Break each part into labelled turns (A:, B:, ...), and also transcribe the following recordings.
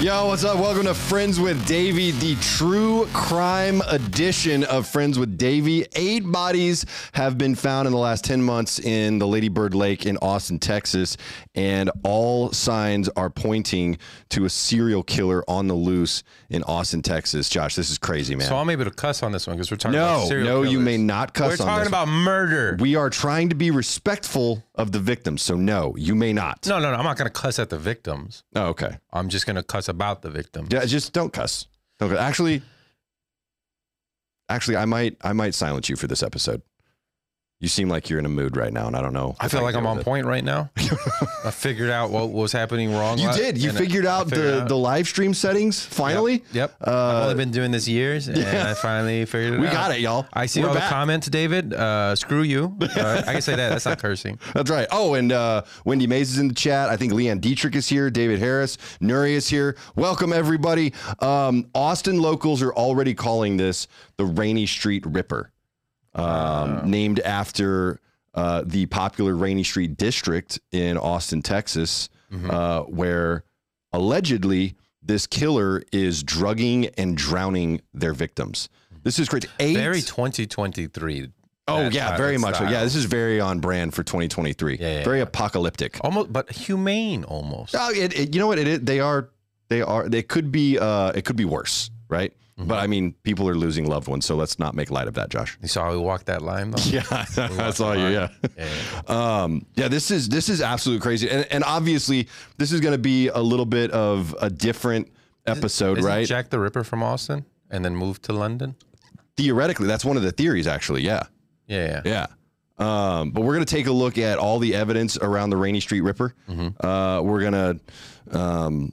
A: Yo, what's up? Welcome to Friends with Davey, the true crime edition of Friends with Davey. Eight bodies have been found in the last 10 months in the Lady Bird Lake in Austin, Texas, and all signs are pointing to a serial killer on the loose in Austin, Texas. Josh, this is crazy, man.
B: So I'm able to cuss on this one because we're talking
A: no,
B: about serial
A: no, you
B: killers.
A: may not cuss
B: We're
A: on
B: talking
A: this.
B: about murder.
A: we are trying to be respectful of the victims, so no, you may not.
B: no, no, no. I'm not going to cuss at the victims.
A: Oh, okay.
B: I'm just going to cuss about the victim.
A: Yeah, just don't cuss. Don't cuss. Actually, actually, I might, I might silence you for this episode. You seem like you're in a mood right now, and I don't know.
B: I
A: if
B: feel
A: can
B: like I'm
A: deal
B: on
A: with
B: point right now. I figured out what was happening wrong.
A: it. You
B: la-
A: did. You
B: and I-
A: figured
B: I
A: out
B: figured
A: the
B: out-
A: the live stream settings finally.
B: Yep. yep. I've
A: Uh,
B: only been doing this years, and
A: yeah.
B: I finally figured it
A: we
B: out.
A: got it, y'all.
B: I see
A: We're
B: all
A: back.
B: the comments, David. Uh, screw you. Uh, I can say that. That's not cursing.
A: That's right. Oh, and uh, Wendy Mays is in the chat. I think Leanne Dietrich is here. David Harris, Nuri is here. Welcome everybody. Um, Austin locals are already calling this the Rainy Street Ripper, um, named after uh, the popular Rainy Street district in Austin, Texas, uh, where allegedly this killer is drugging and drowning their victims. This is crazy. Eight.
B: Very 2023.
A: oh
B: that
A: yeah,
B: style-
A: very
B: that
A: much. so.
B: style.
A: Yeah, this is very on brand for 2023.
B: Yeah, yeah,
A: very apocalyptic.
B: Almost, but humane almost.
A: Oh, it, it, you know what? It, it- they are. They are. They could be. Uh, it could be worse, right?
B: Mm-hmm.
A: But I mean, people are losing loved ones, so let's not make light of that, Josh.
B: You saw how we walked that line though.
A: Yeah, I saw you. Yeah.
B: Yeah, yeah.
A: Um, yeah, this is this is absolutely crazy, and and obviously this is going to be a little bit of a different episode,
B: Isn't
A: right?
B: Jack the Ripper from Austin and then moved to London.
A: Theoretically, that's one of the theories, actually. Yeah,
B: Yeah, yeah.
A: yeah. Um, but we're going to take a look at all the evidence around the Rainy Street Ripper.
B: Mm-hmm.
A: Uh, we're gonna um,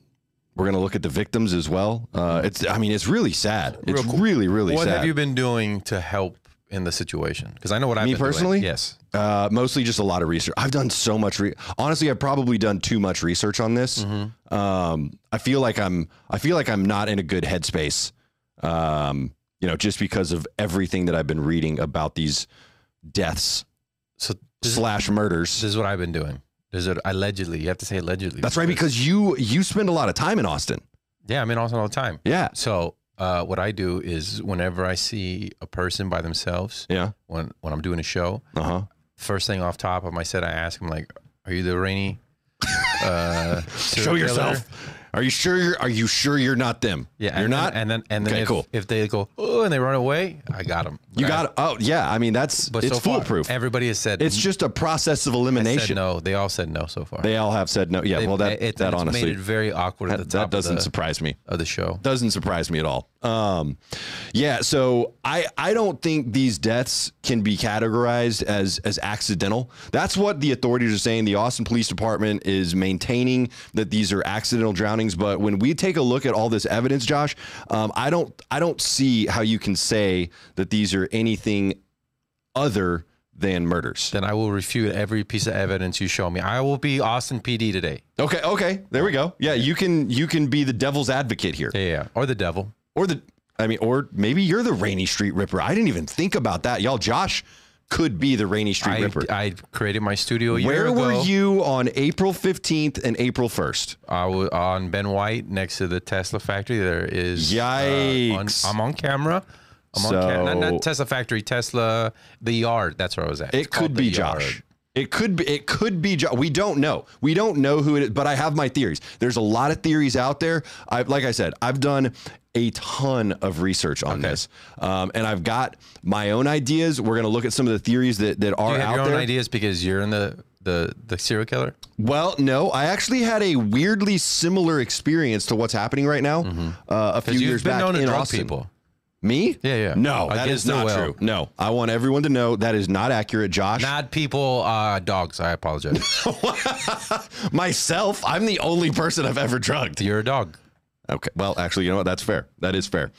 A: we're gonna look at the victims as well. Uh, it's I mean it's really sad. It's
B: Real quick,
A: really really
B: what
A: sad.
B: have you been doing to help in the situation? Because I know what I've
A: Me
B: been doing.
A: personally?
B: Yes.
A: Uh, mostly just a lot of research. I've done so much. Re- Honestly, I've probably done too much research on this.
B: Mm-hmm.
A: Um, I feel like I'm. I feel like I'm not in a good headspace. Um, you know, just because of everything that I've been reading about these deaths
B: So this,
A: slash murders.
B: this is what I've been doing. This is what, allegedly. You have to say allegedly.
A: That's right, because you you spend a lot of time in Austin.
B: yeah, I'm in Austin all the time.
A: Yeah,
B: So uh, what I do is whenever I see a person by themselves,
A: yeah.
B: when when I'm doing a show,
A: Uh huh.
B: first thing off top of my set, I ask them like, "Are you the rainy?" Uh,
A: Show yourself. Are you sure? You're, are you sure you're not them?
B: Yeah,
A: you're
B: and,
A: not.
B: And then and then
A: Okay,
B: if,
A: cool.
B: if they go oh and they run away, I got them.
A: you got. Oh yeah. I mean, that's it's
B: far,
A: foolproof.
B: everybody has said
A: it's just a process of
B: said
A: elimination.
B: no. They all said no so far.
A: They all have said no. Yeah,
B: They-
A: well that
B: it- it's
A: that
B: made
A: honestly
B: it very awkward at
A: that,
B: the top
A: that doesn't
B: of, the,
A: surprise me.
B: of the show.
A: Doesn't surprise me at all. Um, yeah, so I I don't think these deaths can be categorized as as accidental. That's what the authorities are saying. The Austin Police Department is maintaining that these are accidental drownings. But when we take a look at all this evidence, Josh, um, I don't I don't see how you can say that these are anything other than murders.
B: Then I will refute every piece of evidence you show me. I will be Austin PD today.
A: Okay, okay, there we go. Yeah, you can you can be the devil's advocate here.
B: Yeah, yeah. or the devil.
A: or the I mean, or maybe you're the Rainy Street Ripper. I didn't even think about that, y'all. Josh could be the Rainy Street
B: I,
A: Ripper.
B: I created my studio. A year
A: Where were
B: ago.
A: you on April 15th and April 1st?
B: I was on Ben White next to the Tesla factory. There is. uh, on-
A: Yikes.
B: I'm on camera. I'm on camera. Not,
A: So-
B: not Tesla factory. Tesla the yard. That's where I was at. It's
A: It could
B: called The
A: be
B: Yard.
A: Josh. It could be. It could be. Josh. We don't know. We don't know who it is. But I have my theories. There's a lot of theories out there. I like I said, I've done a ton of research on this, um, and I've got my own ideas. We're gonna look at some of the theories that that are
B: You have
A: out
B: your own
A: there.
B: ideas because you're in the the the serial killer.
A: Well, no, I actually had a weirdly similar experience to what's happening right now. Uh, a few years
B: Because Mm-hmm. you've been
A: back
B: known to
A: in
B: drug
A: Austin.
B: people.
A: Me?
B: Yeah, yeah.
A: No,
B: I
A: that
B: guess
A: is not
B: so well.
A: true. No, I want everyone to know that is not accurate, Josh.
B: Not people, uh, dogs. I apologize.
A: Myself, I'm the only person I've ever drugged.
B: You're a dog.
A: Okay. Well, actually, you know what? That's fair. That is fair.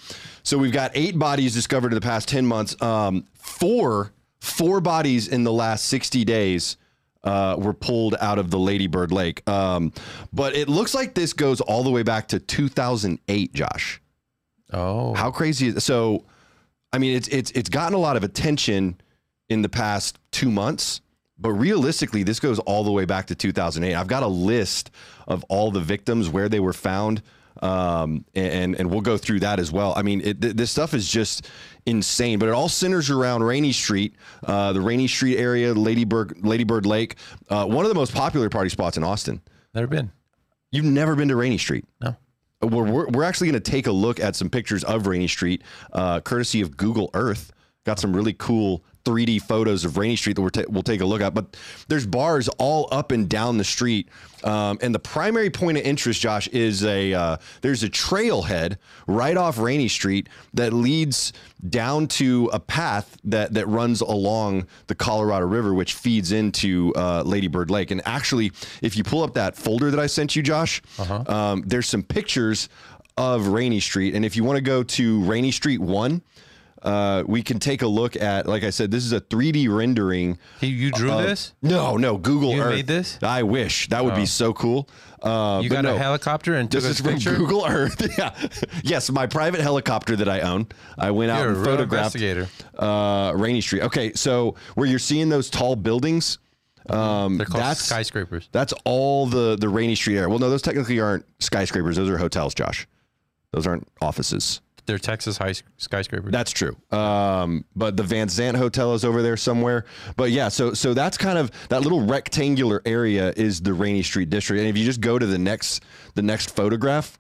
A: So we've got eight bodies discovered in the past 10 months. Um, four, four bodies in the last 60 days uh, were pulled out of the Ladybird Lake. Um, but it looks like this goes all the way back to 2008, Josh.
B: Oh,
A: How crazy is so? I mean, it's it's it's gotten a lot of attention in the past two months, but realistically, this goes all the way back to 2008. I've got a list of all the victims where they were found. um, and and we'll go through that as well. I mean, it, th- this stuff is just insane, but it all centers around Rainy Street, uh, the Rainy Street area, Ladybird Ladybird Lake, uh, one of the most popular party spots in Austin.
B: Never been.
A: You've never been to Rainy Street. Uh,
B: No.
A: We're, we're, we're actually going to take a look at some pictures of Rainy Street, uh, courtesy of Google Earth. Got some really cool 3D photos of Rainy Street that we're ta- we'll take a look at. But there's bars all up and down the street, um, and the primary point of interest, Josh, is a uh, there's a trailhead right off Rainy Street that leads down to a path that that runs along the Colorado River, which feeds into uh, Lady Bird Lake. And actually, if you pull up that folder that I sent you, Josh,
B: Uh-huh.
A: um, there's some pictures of Rainy Street. And if you want to go to Rainy Street One, uh, we can take a look at. Like I said, this is a 3D rendering.
B: Hey, you drew
A: Uh,
B: this?
A: No, no, Google
B: You
A: Earth.
B: made this? Oh.
A: I wish that would be so cool. Uh,
B: You
A: but
B: got
A: no.
B: a helicopter and took
A: This is
B: this a
A: from
B: picture?
A: Google Earth. yeah. Yes, my private helicopter that I own. I went out
B: You're a
A: and
B: real
A: photographed
B: investigator.
A: uh, Rainy Street. Okay, so where you're seeing those tall buildings, um,
B: They're called
A: that's
B: skyscrapers.
A: that's all the the Rainy Street area. Well, no, those technically aren't skyscrapers. Those are hotels, Josh. Those aren't offices.
B: They're Texas high s- skyscrapers.
A: That's true. Um, but the Van Zant Hotel is over there somewhere. But yeah, so so that's kind of that little rectangular area is the Rainy Street district. And if you just go to the next the next photograph,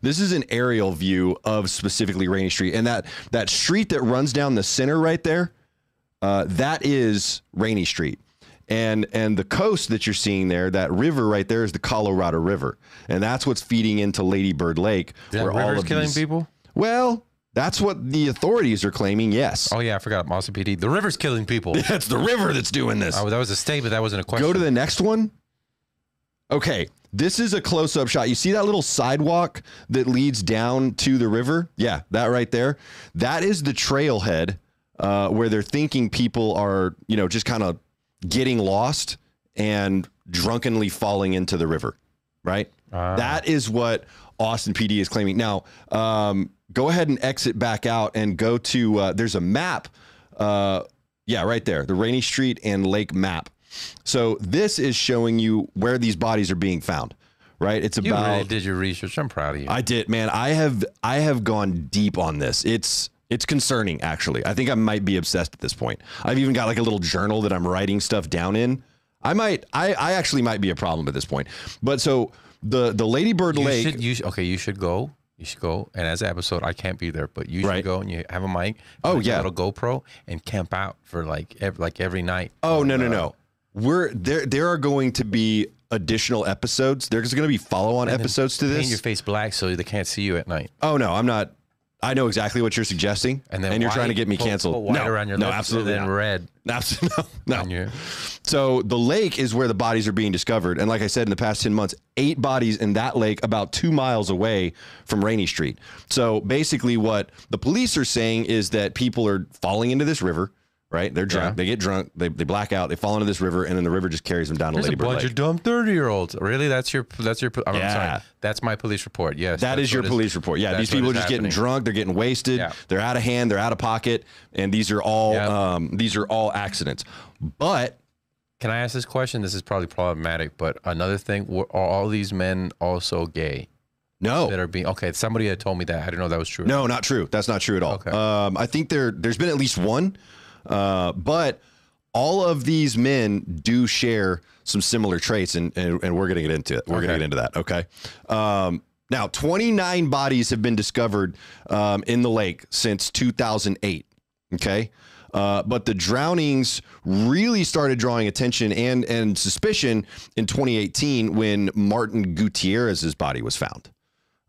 A: this is an aerial view of specifically Rainy Street, and that that street that runs down the center right there, uh, that is Rainy Street. And, and the coast that you're seeing there, that river right there is the Colorado River. And that's what's feeding into Lady Bird Lake.
B: That river's killing people?
A: Well, that's what the authorities are claiming. Yes.
B: Oh, yeah, I forgot. Mossy PD. The river's killing people.
A: That's the river that's doing this.
B: oh, that was a statement. That wasn't a question.
A: Go to the next one. Okay. This is a close up shot. You see that little sidewalk that leads down to the river? Yeah, that right there. That is the trailhead uh, where they're thinking people are, you know, just kind of getting lost and drunkenly falling into the river, right?
B: Ah.
A: That is what Austin PD is claiming. Now, um, go ahead and exit back out and go to, uh, there's a map. Uh, yeah, right there, the Rainy Street and Lake map. So this is showing you where these bodies are being found, right? It's
B: you
A: about
B: really did your research. I'm proud of you.
A: I did, man. I have I have gone deep on this. It's it's concerning actually. I think I might be obsessed at this point. I've even got like a little journal that I'm writing stuff down in. I might I I actually might be a problem at this point. But so the the Ladybird
B: you
A: Lake
B: should, you sh- okay, you should go. You should go. And as an episode, I can't be there, but you should
A: Right.
B: go and you have a mic.
A: Oh,
B: like a
A: yeah.
B: little GoPro and camp out for like every, like every night.
A: Oh
B: on
A: no no
B: the-
A: no. We're there there are going to be additional episodes. There's going to be follow-on episodes to
B: Paint your
A: this.
B: face black so they can't see you at night.
A: Oh no, I'm not. I know exactly what you're suggesting, and, you're trying to
B: white-
A: get me
B: put-
A: canceled.
B: Put white
A: no,
B: around your
A: no,
B: lips
A: absolutely
B: and then
A: not.
B: red.
A: Abs- no,
B: on
A: no.
B: your-
A: So the lake is where the bodies are being discovered, and like I said, in the past ten months, eight bodies in that lake, about two miles away from Rainy Street. So basically, what the police are saying is that people are falling into this river. Right, they're drunk.
B: Yeah.
A: They get drunk. They, they black out. They fall into this river, and then the river just carries them down to
B: There's a
A: Lady Bird
B: bunch
A: Lake.
B: of dumb thirty-year-olds. Really, that's your that's your. I'm,
A: Yeah.
B: sorry, that's my police report. Yes,
A: That
B: that's
A: is your
B: what
A: police report. Yeah,
B: that's
A: these
B: what
A: people are
B: is
A: just getting
B: happening.
A: drunk. They're getting wasted.
B: Yeah.
A: They're out of hand. They're out of pocket, and these are all
B: Yep.
A: um, these are all accidents. But
B: Can I ask this question? This is probably problematic, but another thing: were, are all these men also gay that
A: no,
B: are being? Okay, somebody had told me that. I didn't know that was true.
A: Oh. no, not true. That's not true at all.
B: Okay.
A: Um, I think there there's been at least one, uh, but all of these men do share some similar traits, and and, and we're gonna get into it. We're gonna
B: Okay.
A: get into that. Okay. Um, now, 29 bodies have been discovered um, in the lake since 2008. Okay. Uh, but the drownings really started drawing attention and, and suspicion in 2018 when Martin Gutierrez's body was found.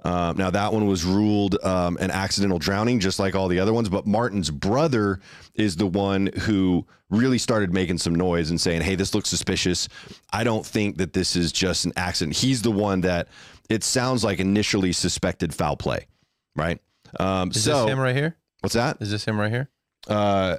A: Um, now, that one was ruled um, an accidental drowning, just like all the other ones. But Martin's brother is the one who really started making some noise and saying, Hey, this looks suspicious. I don't think that this is just an accident. He's the one that it sounds like initially suspected foul play, right? Um,
B: Is
A: so,
B: this him right here?
A: what's that?
B: Is this him right here?
A: Uh,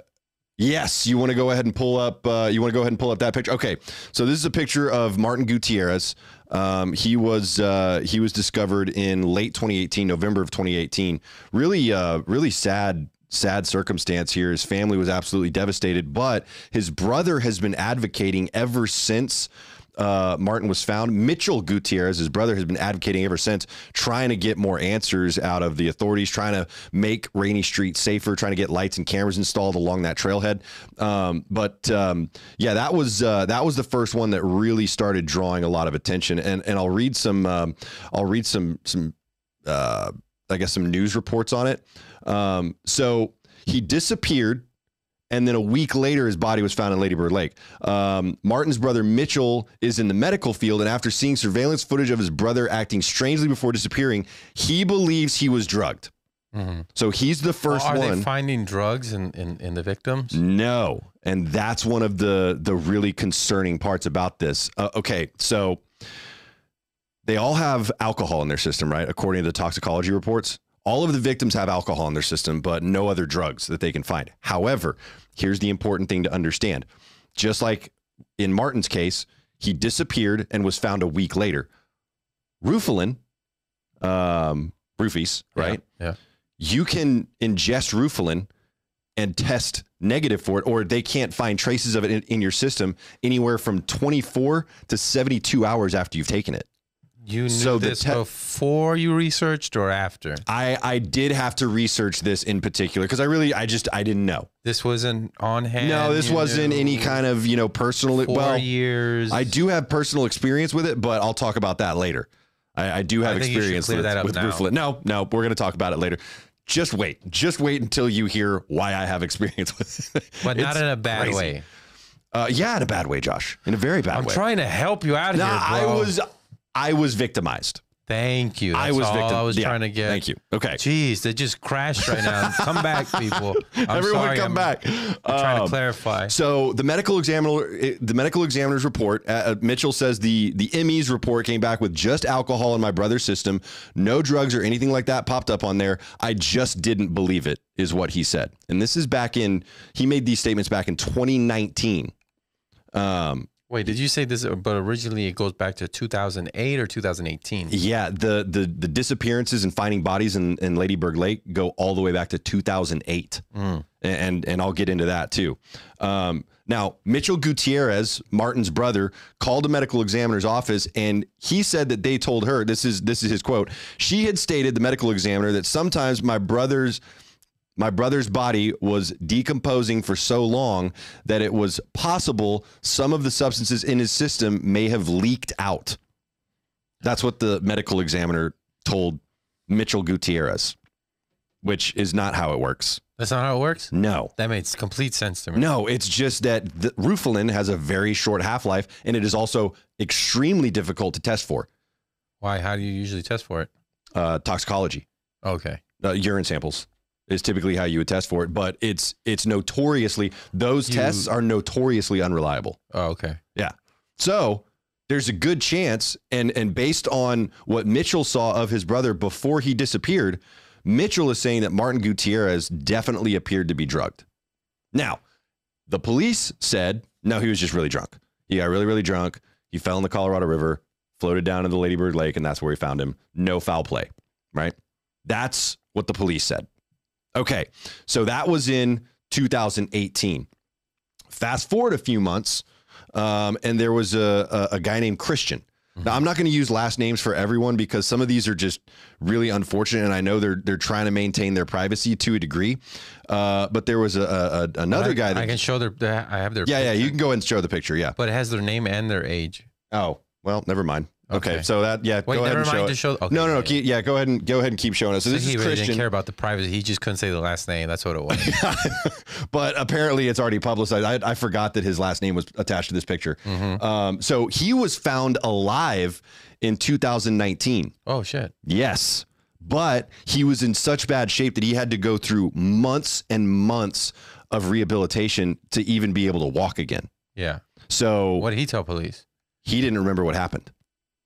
A: yes, you want to go ahead and pull up. Uh, you want to go ahead and pull up that picture. Okay, so this is a picture of Martin Gutierrez. Um, he was uh, he was discovered in late 2018, November of 2018. Really, uh, really sad. Sad circumstance here. His family was absolutely devastated, but his brother has been advocating ever since uh, Martin was found. Mitchell Gutierrez, his brother, has been advocating ever since, trying to get more answers out of the authorities, trying to make Rainy Street safer, trying to get lights and cameras installed along that trailhead. Um, but um, yeah, that was uh, that was the first one that really started drawing a lot of attention. And and I'll read some um, I'll read some some uh, I guess some news reports on it. Um, so he disappeared and then a week later, his body was found in Lady Bird Lake. Um, Martin's brother Mitchell is in the medical field, and after seeing surveillance footage of his brother acting strangely before disappearing, he believes he was drugged.
B: Mhm.
A: So he's the first
B: Are
A: one.
B: they finding drugs in, in, in the victims?
A: No, and that's one of the the really concerning parts about this. Uh, okay, so they all have alcohol in their system, right? According to the toxicology reports, all of the victims have alcohol in their system, but no other drugs that they can find. However, here's the important thing to understand: just like in Martin's case, he disappeared and was found a week later. Rufalin, um, Rufis, right?
B: Yeah.
A: you can ingest Rufalin and test negative for it, or they can't find traces of it in, in your system anywhere from 24 to 72 hours after you've taken it.
B: You knew
A: So the
B: this
A: te-
B: before you researched or after?
A: I, I did have to research this in particular because I really, I just, I didn't know.
B: This wasn't on hand.
A: no, this
B: you
A: wasn't
B: knew,
A: any kind of, you know, personal.
B: Four
A: well,
B: years.
A: I do have personal experience with it, but I'll talk about that later. I, I do have
B: I think you should
A: experience
B: clear
A: with,
B: that up
A: with
B: now.
A: Rufalin. No, no, we're going to talk about it later. Just wait. Just wait until you hear why I have experience with it.
B: but not
A: It's
B: in a bad
A: crazy.
B: way.
A: Uh, yeah, in a bad way, Josh. In a very bad
B: I'm
A: way.
B: trying to help you out
A: Nah,
B: here,
A: I
B: bro.
A: was, I was victimized.
B: Thank you.
A: I
B: That's
A: was
B: all
A: victim.
B: I was
A: yeah,
B: trying to get.
A: Thank you. Okay,
B: Jeez, they just crashed right now. come back, people. I'm
A: everyone,
B: sorry,
A: come
B: I'm
A: back.
B: Trying
A: Um,
B: to clarify.
A: So the medical examiner, it- the medical examiner's report, uh, uh, Mitchell says the the ME's report came back with just alcohol in my brother's system, no drugs or anything like that popped up on there. I just didn't believe it, is what he said. And this is back in he made these statements back in 2019. Um,
B: Wait, did you say this? But originally, it goes back to 2008 or 2018.
A: Yeah, the the the disappearances and finding bodies in, in Ladybird Lake go all the way back to 2008, and and I'll get into that too. Um, now, Mitchell Gutierrez, Martin's brother, called the medical examiner's office, and he said that they told her this is this is his quote. She had stated the medical examiner that sometimes my brother's my brother's body was decomposing for so long that it was possible some of the substances in his system may have leaked out. That's what the medical examiner told Mitchell Gutierrez, which is not how it works.
B: That's not how it works.
A: No.
B: That makes complete sense to me.
A: No, it's just that the Rufalin has a very short half life and it is also extremely difficult to test for
B: Why? How do you usually test for it?
A: uh, toxicology.
B: Okay.
A: Uh, urine samples is typically how you would test for it, but it's it's notoriously those
B: You-
A: tests are notoriously unreliable.
B: Oh, okay.
A: So there's a good chance, and and based on what Mitchell saw of his brother before he disappeared, Mitchell is saying that Martin Gutierrez definitely appeared to be drugged. Now, the police said no, he was just really drunk. He got really, really drunk. He fell in the Colorado River, floated down into the Ladybird Lake, and that's where we found him. No foul play, right? That's what the police said. Okay, so that was in 2018. Fast forward a few months, um, and there was a, a, a guy named Christian.
B: Mm-hmm.
A: Now I'm not going to use last names for everyone because some of these are just really unfortunate, and I know they're they're trying to maintain their privacy to a degree. Uh, but there was a, a, a another
B: I,
A: guy that
B: I can show their. their- I have their.
A: yeah, yeah,
B: picture,
A: you can go ahead and show the picture. Yeah.
B: But it has their name and their age.
A: Oh, well, never mind. Okay,
B: Okay.
A: so that yeah,
B: Wait,
A: go ahead
B: never
A: and show
B: mind
A: it.
B: to show. Okay,
A: no, no, no.
B: yeah, yeah.
A: Keep, yeah, go ahead and go ahead and keep showing us. So this is
B: he really didn't care
A: Christian,
B: about the privacy. He just couldn't say the last name. That's what it was.
A: but apparently it's already publicized. I, I forgot that his last name was attached to this picture.
B: Mm-hmm.
A: Um, so he was found alive in 2019.
B: Oh shit.
A: Yes. But he was in such bad shape that he had to go through months and months of rehabilitation to even be able to walk again.
B: Yeah.
A: So
B: What did he tell police?
A: he didn't remember what happened.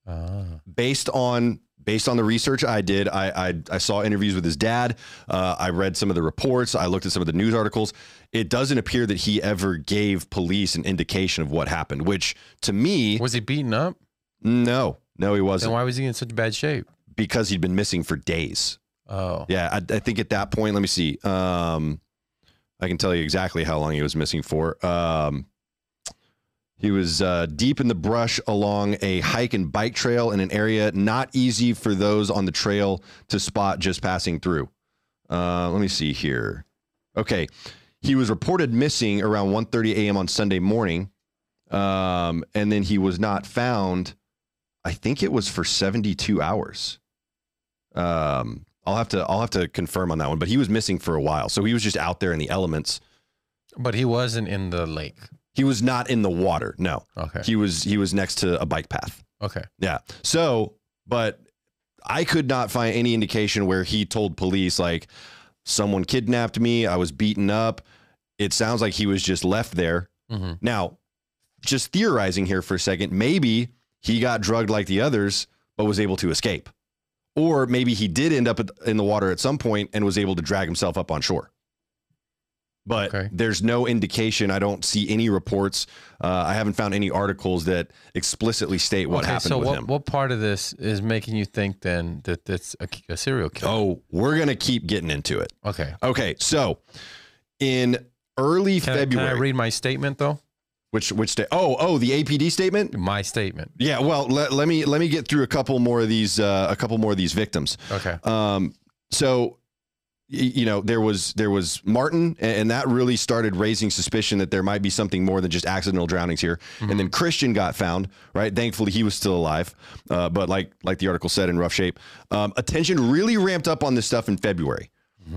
A: Oh.
B: Ah.
A: based on based on the research I did, I I, I saw interviews with his dad. Uh, I read some of the reports. I looked at some of the news articles. It doesn't appear that he ever gave police an indication of what happened, which to me,
B: Was he beaten up?
A: no, no, he
B: Then
A: wasn't
B: why was he in such bad shape?
A: because he'd been missing for days.
B: Oh.
A: Yeah, I, I think at that point, let me see. Um, I can tell you exactly how long he was missing for. Um, He was uh, deep in the brush along a hike and bike trail in an area not easy for those on the trail to spot just passing through. Uh, let me see here. Okay. He was reported missing around 1:30 a.m. on Sunday morning. Um, and then he was not found. I think it was for 72 hours. Um, I'll have to I'll have to confirm on that one, but he was missing for a while. So he was just out there in the elements.
B: But he wasn't in the lake.
A: He was not in the water. No.
B: Okay.
A: He was he was next to a bike path.
B: Okay.
A: Yeah. So, but I could not find any indication where he told police like someone kidnapped me, I was beaten up. It sounds like he was just left there.
B: Mm-hmm.
A: Now, just theorizing here for a second, maybe he got drugged like the others but was able to escape. Or maybe he did end up at- in the water at some point and was able to drag himself up on shore. But
B: Okay.
A: there's no indication. I don't see any reports. Uh, I haven't found any articles that explicitly state what happened
B: So
A: with
B: what
A: him.
B: what part of this is making you think then that that's a, a serial killer?
A: Oh, we're gonna keep getting into it.
B: Okay.
A: Okay, so in early
B: Can, I, can I
A: February,
B: read my statement though?
A: which which day? Oh, oh, the APD statement.
B: My statement.
A: Yeah, well, let, let me let me get through a couple more of these uh, a couple more of these victims.
B: Okay.
A: Um, so y- you know there was there was Martin, a- and that really started raising suspicion that there might be something more than just accidental drownings here. And then Christian got found, right? Thankfully, he was still alive, uh, but like like the article said, in rough shape. Um, attention really ramped up on this stuff in February.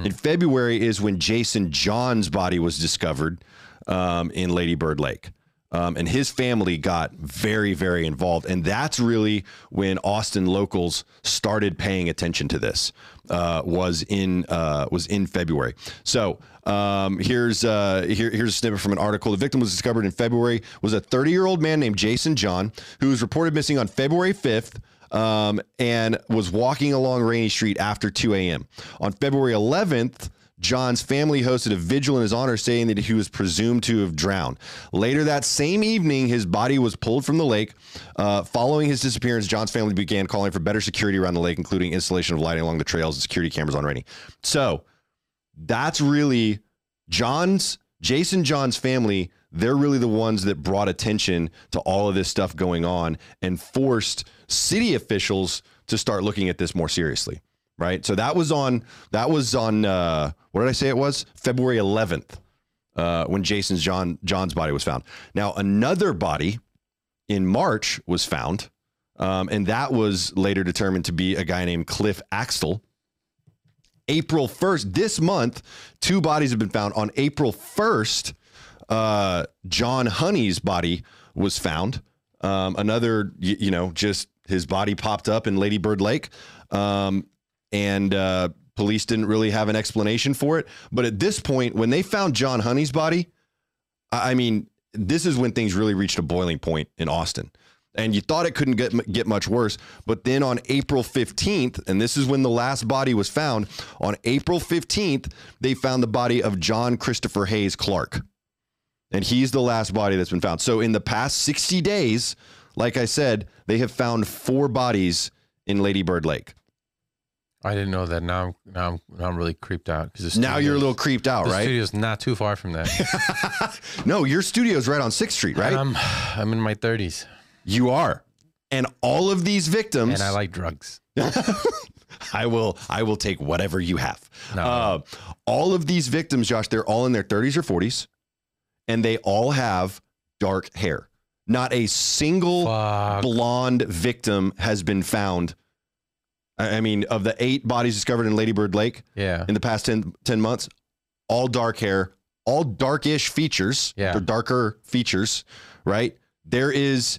A: In February is when Jason John's body was discovered um, in Lady Bird Lake. Um, and his family got very, very involved. And that's really when Austin locals started paying attention to this. Uh, was in uh, was in February. So um, here's uh, here, here's a snippet from an article. The victim was discovered in February. Was a 30 year old man named Jason John who was reported missing on February 5th um, and was walking along Rainy Street after 2 a.m. On February 11th, John's family hosted a vigil in his honor, saying that he was presumed to have drowned. Later that same evening, his body was pulled from the lake. Uh, following his disappearance, John's family began calling for better security around the lake, including installation of lighting along the trails and security cameras on Rainy. So that's really John's, Jason John's family. They're really the ones that brought attention to all of this stuff going on and forced city officials to start looking at this more seriously. Right. So that was on, that was on, uh, what did I say it was? February 11th, uh, when Jason's John, John's body was found. Now, another body in March was found. Um, and that was later determined to be a guy named Cliff Axtell. April 1st, this month, two bodies have been found. On April 1st, uh, John Honey's body was found. Um, another, you, you know, just his body popped up in Lady Bird Lake. Um, and uh, police didn't really have an explanation for it. But at this point, when they found John Honey's body, I I mean, this is when things really reached a boiling point in Austin. And you thought it couldn't get get much worse, but then on April 15th, and this is when the last body was found, on April 15th, they found the body of John Christopher Hayes Clark. And he's the last body that's been found. So in the past 60 days, like I said, they have found four bodies in Lady Bird Lake.
B: I didn't know that. Now I'm now I'm, now I'm really creeped out because
A: Now you're a little creeped out,
B: The
A: right?
B: studio's not too far from that.
A: no, your studio's right on 6th Street, right?
B: And I'm I'm in my 30s
A: you are. And all of these victims
B: and I like drugs.
A: I will I will take whatever you have.
B: No.
A: Uh, all of these victims, Josh, they're all in their 30s or 40s, and they all have dark hair. Not a single
B: Fuck.
A: blonde victim has been found. I I mean, of the eight bodies discovered in Lady Bird Lake
B: Yeah.
A: in the past 10, 10 months, all dark hair, all darkish features,
B: Yeah.
A: or darker features, right? There is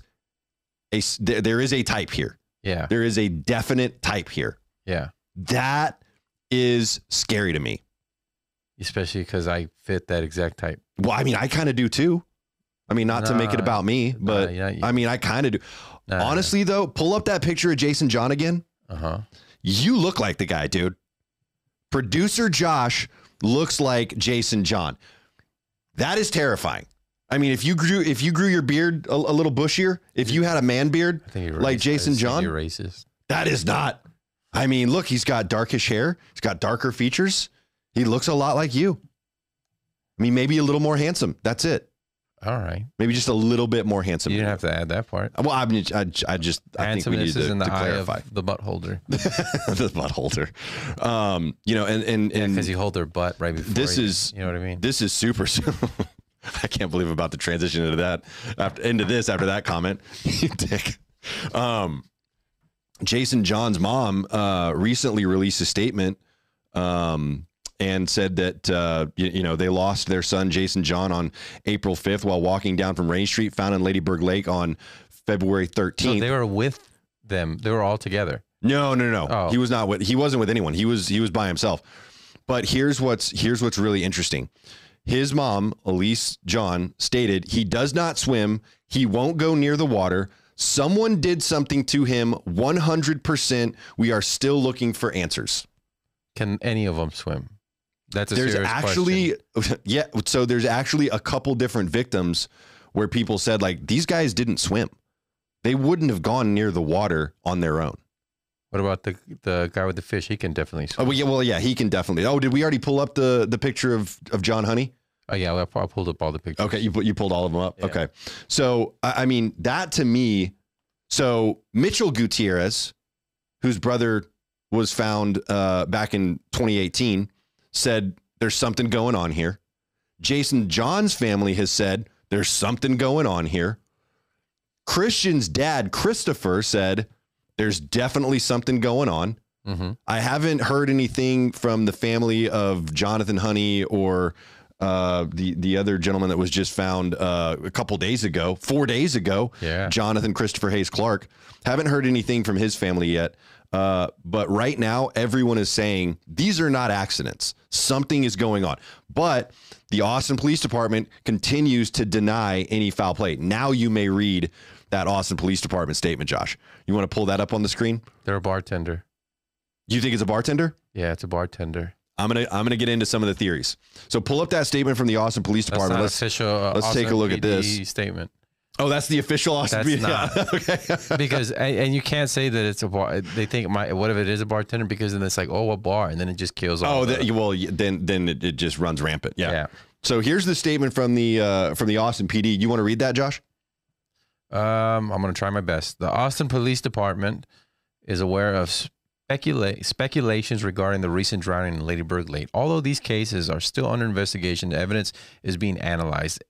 A: a s- there- there is a type here.
B: Yeah.
A: There is a definite type here.
B: Yeah.
A: That is scary to me.
B: Especially because I fit that exact type.
A: Well, I mean, I kind of do too. I mean, not to make it
B: Nah,
A: about me, but
B: uh, yeah,
A: I mean, I kind of do.
B: nah,
A: Honestly, though, pull up that picture of Jason John again.
B: Uh-huh.
A: You look like the guy, dude. Producer Josh looks like Jason John. That is terrifying. I mean, if you grew if you grew your beard a, a little bushier, if you had a man beard,
B: I think you're
A: Like
B: racist.
A: Jason
B: I think
A: John?
B: You're racist.
A: That is not. I mean, look, he's got darkish hair. He's got darker features. He looks a lot like you. I mean, maybe a little more handsome. That's it.
B: All right.
A: Maybe just a little bit more handsome.
B: You didn't have to add that part.
A: Well, I, mean, I, I just I think we
B: Handsomeness
A: need
B: is
A: to,
B: in the
A: to
B: eye
A: clarify
B: of the butt holder
A: the butt holder. Um, you know, and and and
B: because you hold their butt right before.
A: This
B: you-
A: is-
B: you know what I mean.
A: this is super. I can't believe I'm about to transition into that after into this after that comment, you dick. Um, Jason John's mom uh, recently released a statement um, and said that uh, you, you know they lost their son Jason John on April 5th while walking down from Rain Street, found in Ladyburg Lake on February 13th.
B: So they were with them. They were all together.
A: No, no, no.
B: Oh.
A: He was not with he wasn't with anyone. He was he was by himself. But here's what's here's what's really interesting. His mom, Elise John, stated he does not swim, he won't go near the water. Someone did something to him 100%. We are still looking for answers.
B: Can any of them swim? That's a
A: there's
B: serious
A: actually yeah, so there's actually a couple different victims where people said like these guys didn't swim. They wouldn't have gone near the water on their own.
B: What about the the guy with the fish? He can definitely
A: Oh
B: swim.
A: well, yeah, well, yeah, he can definitely. Oh, did we already pull up the the picture of of John Honey?
B: Oh, yeah, I, pu- I pulled up all the pictures.
A: Okay, you pu- you pulled all of them up.
B: Yeah.
A: Okay, so I, I mean that to me, so Mitchell Gutierrez, whose brother was found uh, back in 2018, said there's something going on here. Jason John's family has said there's something going on here. Christian's dad Christopher said there's definitely something going on.
B: hmm
A: I haven't heard anything from the family of Jonathan Honey or uh, the the other gentleman that was just found uh, a couple days ago, four days ago.
B: Yeah.
A: Jonathan Christopher Hayes Clark. Haven't heard anything from his family yet. Uh, but right now, everyone is saying these are not accidents. Something is going on. But the Austin Police Department continues to deny any foul play. Now you may read that Austin Police Department statement, Josh. You want to pull that up on the screen?
B: They're a bartender.
A: You think it's a bartender?
B: Yeah, it's a bartender.
A: I'm gonna I'm gonna get into some of the theories. So pull up that statement from the Austin Police
B: That's
A: Department.
B: not
A: Let's-
B: official. Uh,
A: let's take a
B: Austin
A: look at
B: PD statement
A: oh, that's the official Austin.
B: That's
A: PD.
B: not.
A: Yeah, okay.
B: because and, and you can't say that it's a bar. They think my what if it is a bartender because then it's like oh a bar and then it just kills all.
A: oh,
B: the-
A: that, well, y- then then it, it just runs rampant. Yeah.
B: yeah.
A: So here's the statement from the uh, from the Austin PD. You want to read that, Josh?
B: Um, I'm going to try my best. The Austin Police Department is aware of specula- speculations regarding the recent drowning in Ladyburg Lake. Although these cases are still under investigation, the evidence is being analyzed.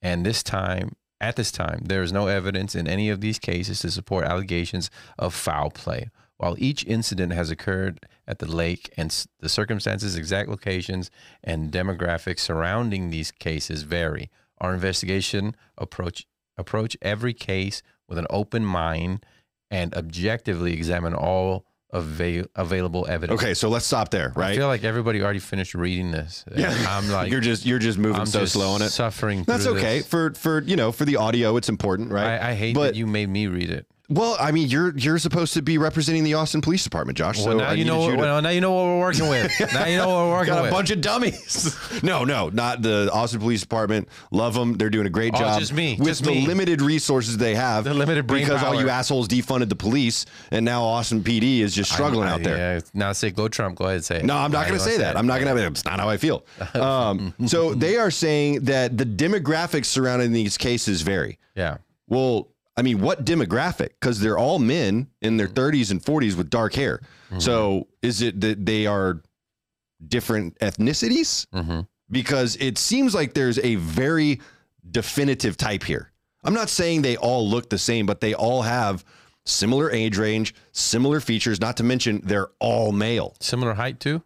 B: And this time, at this time, there is no evidence in any of these cases to support allegations of foul play. While each incident has occurred at the lake and s- the circumstances, exact locations, and demographics surrounding these cases vary, our investigation approach approach every case with an open mind and objectively examine all avail- available evidence.
A: Okay, so let's stop there,
B: I
A: right?
B: feel like everybody already finished reading this.
A: Yeah.
B: I'm like,
A: you're just you're just moving
B: I'm
A: so
B: just
A: slow on it.
B: Suffering.
A: That's
B: through
A: okay
B: this.
A: for for you know for the audio. It's important, right?
B: I, I hate
A: But-
B: that you made me read it.
A: well, I mean, you're you're supposed to be representing the Austin Police Department, Josh.
B: Well,
A: so
B: now
A: I
B: you know.
A: needed
B: What,
A: to-
B: well, now you know what we're working with. now you know what we're working
A: Got a
B: with.
A: bunch of dummies. no, no, not the Austin Police Department. Love them. They're doing a great
B: Oh,
A: job.
B: just me,
A: With
B: just
A: the
B: me.
A: limited resources they have.
B: The limited brain
A: Because all
B: power.
A: you assholes defunded the police, and now Austin PD is just struggling
B: I-
A: out there.
B: Yeah. Now say go Trump. Go ahead and say it.
A: No, I'm not
B: I ain't
A: going to
B: gonna
A: say that.
B: it.
A: I'm not going to. It's not how I feel. Um, so they are saying that the demographics surrounding these cases vary.
B: Yeah.
A: Well, I mean, what demographic? Because they're all men in
B: Mm-hmm.
A: their 30s and 40s with dark hair. So is it that they are different ethnicities?
B: Mhm.
A: because it seems like there's a very definitive type here. I'm not saying they all look the same, but they all have similar age range, similar features, not to mention they're all male.
B: Similar height too.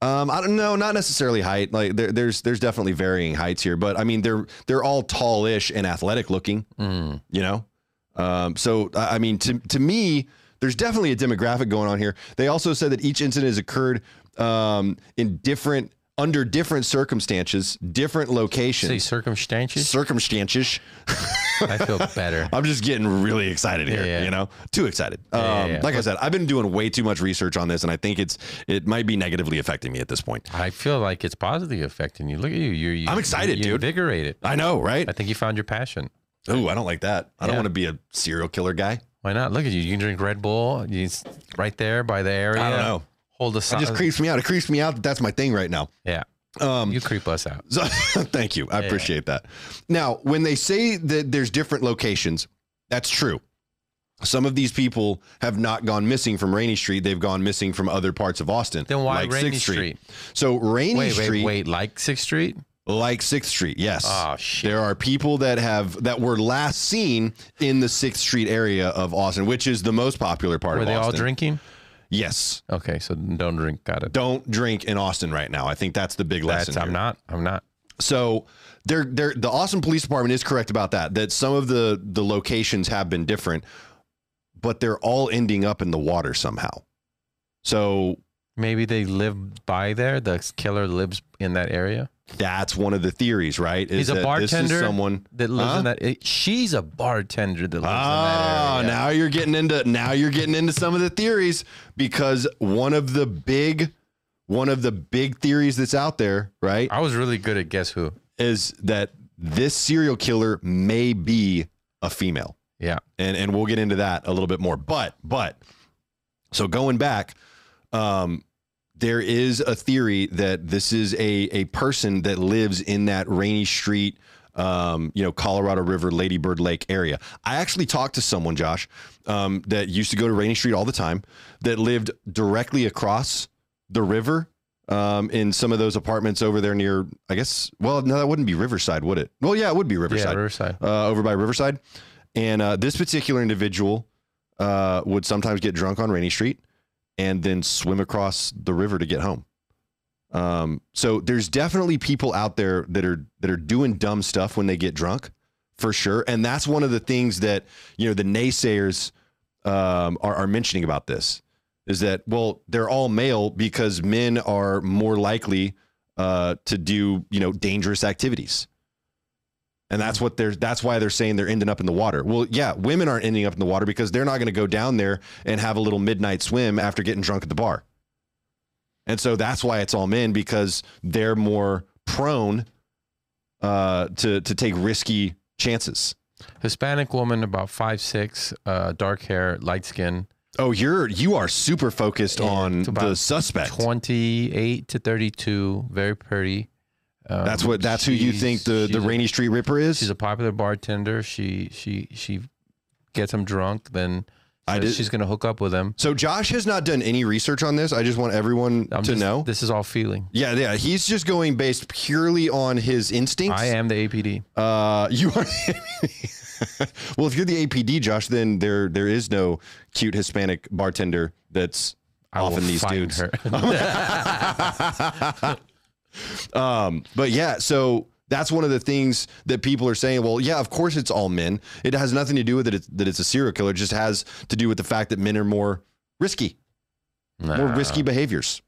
A: Um, I don't know, not necessarily height. Like there, there's there's definitely varying heights here, but I mean they're they're all tallish and athletic looking,
B: Mm.
A: you know. Um, so I I mean to to me, there's definitely a demographic going on here. They also said that each incident has occurred um, in different under different circumstances, different locations
B: Say circumstantial.
A: circumstances.
B: I feel better.
A: I'm just getting really excited here,
B: Yeah.
A: you know, too excited.
B: yeah,
A: um,
B: yeah.
A: Like I said, I've been doing way too much research on this, and I think it's it might be negatively affecting me at this point.
B: I feel like it's positively affecting you. Look at you. You're, you
A: I'm excited,
B: you're
A: dude.
B: Invigorated.
A: I know, right?
B: I think you found your passion.
A: Oh, I don't like that. I don't
B: Yeah.
A: want to be a serial killer guy.
B: Why not? Look at you. You can drink Red Bull. You s- right there by the area.
A: I don't know.
B: Hold a
A: It
B: sign.
A: just creeps me out. It creeps me out that that's my thing right now.
B: yeah.
A: Um,
B: You creep us out.
A: so, thank you. I
B: Yeah.
A: appreciate that. Now, when they say that there's different locations, that's true. Some of these people have not gone missing from Rainy Street. They've gone missing from other parts of Austin.
B: Then why
A: like
B: Rainy
A: 6th
B: Street?
A: So Rainy
B: Wait, wait,
A: Street,
B: wait. Like Sixth Street?
A: like 6th Street, yes.
B: Oh shit.
A: There are people that have that were last seen in the 6th Street area of Austin, which is the most popular part
B: Were
A: of
B: they all
A: Austin.
B: drinking?
A: Yes.
B: Okay, so don't drink. Got it.
A: Don't drink in Austin right now. I think that's the big lesson.
B: That's, I'm
A: here.
B: not. I'm not.
A: So they're, they're, the Austin Police Department is correct about that, that some of the, the locations have been different, but they're all ending up in the water somehow. So
B: Maybe they live by there. The killer lives in that area.
A: that's one of the theories, right? Is
B: He's a
A: that This
B: bartender.
A: is someone.
B: That lives
A: Huh?
B: in that. It, she's a bartender that lives
A: Ah,
B: in that area.
A: now you're getting into now you're getting into some of the theories because one of the big one of the big theories that's out there, right,
B: I was really good at guess who.
A: is that this serial killer may be a female.
B: Yeah.
A: and and we'll get into that a little bit more. But but so going back, um, there is a theory that this is a a person that lives in that rainy street, um, you know, Colorado River, Lady Bird Lake area. I actually talked to someone, Josh, um, that used to go to Rainy Street all the time, that lived directly across the river. Um, in some of those apartments over there near, I guess, well, no, that wouldn't be Riverside, would it? Well, yeah, it would be Riverside
B: Yeah, Riverside.
A: uh, over by Riverside. And uh, this particular individual uh, would sometimes get drunk on Rainy Street and then swim across the river to get home. Um, so there's definitely people out there that are that are doing dumb stuff when they get drunk, for sure. And that's one of the things that you know the naysayers um, are, are mentioning about this is that well they're all male because men are more likely uh, to do you know dangerous activities and that's what they're that's why they're saying they're ending up in the water well yeah women aren't ending up in the water because they're not going to go down there and have a little midnight swim after getting drunk at the bar and so that's why it's all men because they're more prone uh, to to take risky chances
B: Hispanic woman, about five six, uh, dark hair, light skin,
A: oh you're you are super focused
B: Yeah,
A: on
B: it's about
A: the suspect
B: twenty eight to thirty two, very pretty. Um,
A: That's what. That's who you
B: she's-
A: think the the
B: she's a-
A: Rainy Street Ripper
B: She's
A: is.
B: a popular bartender. She she she gets him drunk. Then
A: I
B: says
A: did-
B: she's gonna hook up with him.
A: So Josh has not done any research on this. I just want everyone
B: I'm
A: to
B: just-
A: know.
B: this is all feeling.
A: yeah, yeah. He's just going based purely on his instincts.
B: I am the APD.
A: Uh, you are. well, if you're the APD, Josh, then there there is no cute Hispanic bartender that's
B: I will
A: often these
B: find
A: dudes.
B: her.
A: Um, but yeah, so that's one of the things that people are saying. Well, yeah, of course it's all men. It has nothing to do with it it's, that it's a serial killer. It just has to do with the fact that men are more risky, more
B: Nah,
A: risky behaviors.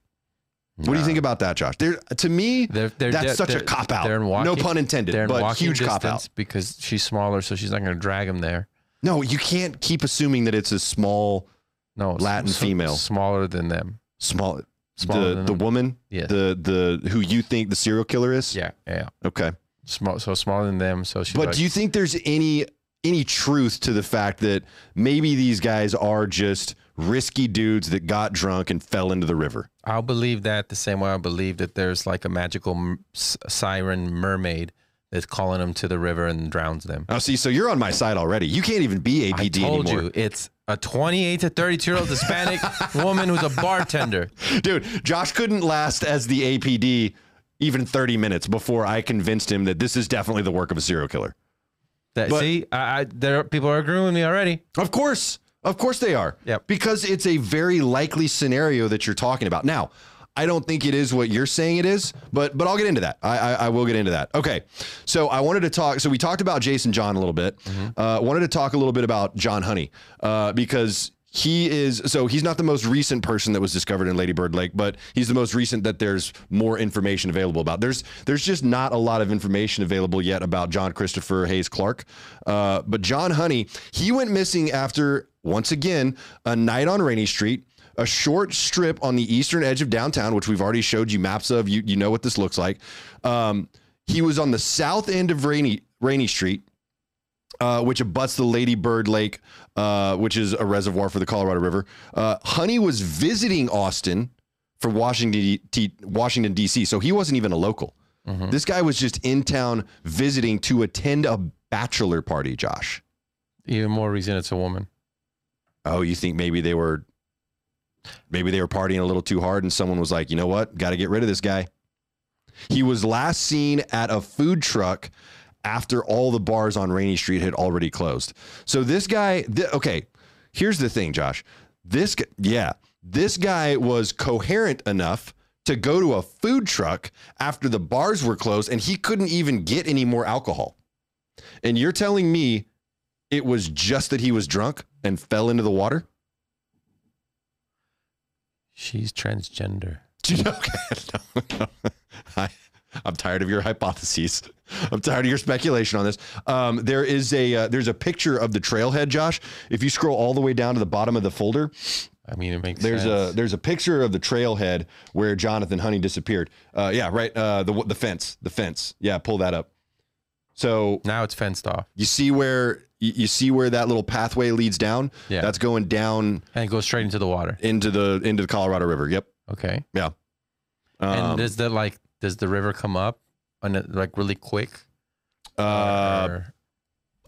A: What do you
B: Uh, nah.
A: think about that, Josh? There, to me,
B: They're, they're
A: that's
B: de-
A: such a
B: they're-
A: cop out.
B: They're in walking,
A: No pun
B: they're
A: intended,
B: in
A: but
B: walking
A: huge cop out.
B: distance because she's smaller, so she's not going to drag him there.
A: No, you can't keep assuming that it's a small,
B: No, s-
A: Latin
B: s-
A: female.
B: smaller than them.
A: small,
B: Smaller
A: the
B: than
A: the
B: them.
A: woman,
B: Yeah.
A: the the who you think the serial killer is.
B: yeah, yeah,
A: Okay.
B: small. So smaller than them. So she's
A: But
B: like,
A: do you think there's any any truth to the fact that maybe these guys are just risky dudes that got drunk and fell into the river?
B: I'll believe that the same way I believe that there's like a magical m- s- siren mermaid that's calling them to the river and drowns them.
A: Oh, see, so you're on my side already. You can't even be APD
B: I told
A: anymore,
B: you, it's a 28 to 32 year old Hispanic woman who's a bartender.
A: dude. Josh couldn't last as the APD even 30 minutes before I convinced him that this is definitely the work of a serial killer.
B: That,
A: But-
B: see, I, I, there are, people are agreeing with me already.
A: Of course. Of course they are.
B: Yep.
A: Because it's a very likely scenario that you're talking about. Now, I don't think it is what you're saying it is, but but I'll get into that. I, I, I will get into that. Okay. So I wanted to talk. So we talked about Jason John a little bit. Uh, wanted to talk a little bit about John Honey uh, because he is so he's not the most recent person that was discovered in Lady Bird Lake, but he's the most recent that there's more information available about. There's there's just not a lot of information available yet about John Christopher Hayes Clark, uh, but John Honey he went missing after once again a night on Rainy Street. A short strip on the eastern edge of downtown, which we've already showed you maps of. You you know what this looks like. Um, he was on the south end of Rainy Rainy Street, uh, which abuts the Lady Bird Lake, uh, which is a reservoir for the Colorado River. Uh, Honey was visiting Austin for Washington, D- T- Washington D.C. So he wasn't even a local. This guy was just in town visiting to attend a bachelor party. Josh,
B: Even more reason it's a woman.
A: oh, you think maybe they were, maybe they were partying a little too hard, and someone was like, you know what, got to get rid of this guy. He was last seen at a food truck after all the bars on Rainy Street had already closed. So this guy, th- okay, here's the thing, Josh. This, g- yeah, this guy was coherent enough to go to a food truck after the bars were closed and he couldn't even get any more alcohol. And you're telling me it was just that he was drunk and fell into the water?
B: She's transgender.
A: Do you know- Okay, no, no. I, I'm tired of your hypotheses. I'm tired of your speculation on this. Um, there is a uh, there's a picture of the trailhead, Josh. If you scroll all the way down to the bottom of the folder,
B: I mean, it makes
A: there's
B: sense.
A: a there's a picture of the trailhead where Jonathan Honey disappeared. Uh, yeah, right. Uh, the the fence, the fence. Yeah, pull that up. So
B: now it's fenced off
A: you see where you, you see where that little pathway leads down.
B: Yeah.
A: that's going down
B: and it goes straight into the water.
A: into the into the Colorado River. Yep.
B: Okay.
A: Um,
B: and does the like does the river come up on it like really quick?
A: uh,
B: Or-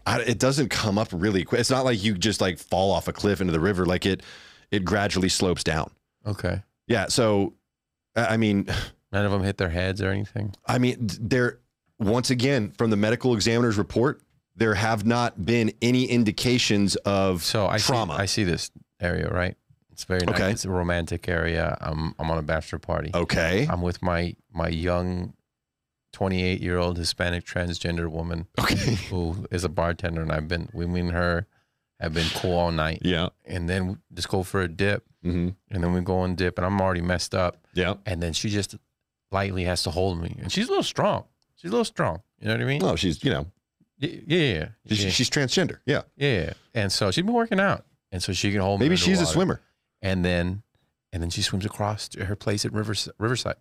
A: I, it doesn't come up really quick. It's not like you just like fall off a cliff into the river. Like it, it gradually slopes down.
B: okay.
A: Yeah. So, I I mean,
B: None of them hit their heads or anything.
A: I mean, th- there. Once again, from the medical examiner's report, there have not been any indications of
B: So I
A: trauma.
B: See, I see this area, right? It's very nice.
A: Okay.
B: It's a romantic area. I'm I'm on a bachelor party.
A: okay.
B: I'm with my my young 28 year old Hispanic transgender woman
A: Okay.
B: who is a bartender, and I've been we me and her have been cool all night,
A: Yeah.
B: and then we just go for a dip,
A: Mm-hmm.
B: and then we go and dip, and I'm already messed up,
A: Yeah.
B: and then she just lightly has to hold me, and she's a little strong. She's a little strong. You know what I mean?
A: No, she's you know
B: Y- Yeah, yeah, yeah,
A: she's,
B: yeah,
A: she's transgender. Yeah.
B: yeah, yeah. And so she's been working out, and so she can hold me.
A: Maybe she's a
B: underwater.
A: swimmer.
B: and then and then she swims across to her place at Rivers, Riverside.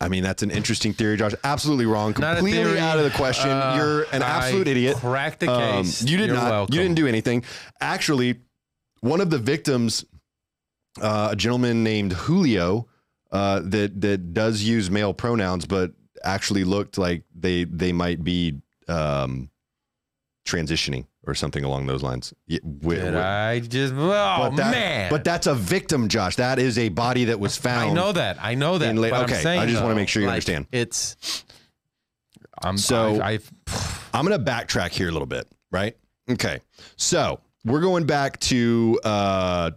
A: I mean, that's an interesting theory, Josh. Absolutely wrong.
B: Not a
A: Completely
B: theory.
A: out of the question.
B: Uh,
A: You're an
B: I
A: absolute idiot.
B: Cracked the
A: Um,
B: case.
A: you did
B: You're
A: not.
B: Welcome.
A: You didn't do anything. Actually, one of the victims, uh, a gentleman named Julio, uh, that that does use male pronouns, but actually looked like they they might be um, transitioning or something along those lines. Yeah, wi-
B: Did
A: wi-
B: I just? Oh
A: but that-
B: man!
A: But that's a victim, Josh. That is a body that was found.
B: I know that. I know that.
A: in late-
B: but I'm
A: okay,
B: saying,
A: I just wanna
B: though,
A: make sure you
B: like,
A: understand.
B: It's. I'm
A: So-
B: I, I,
A: I'm going to backtrack here a little bit, right? Okay. So we're going back to uh,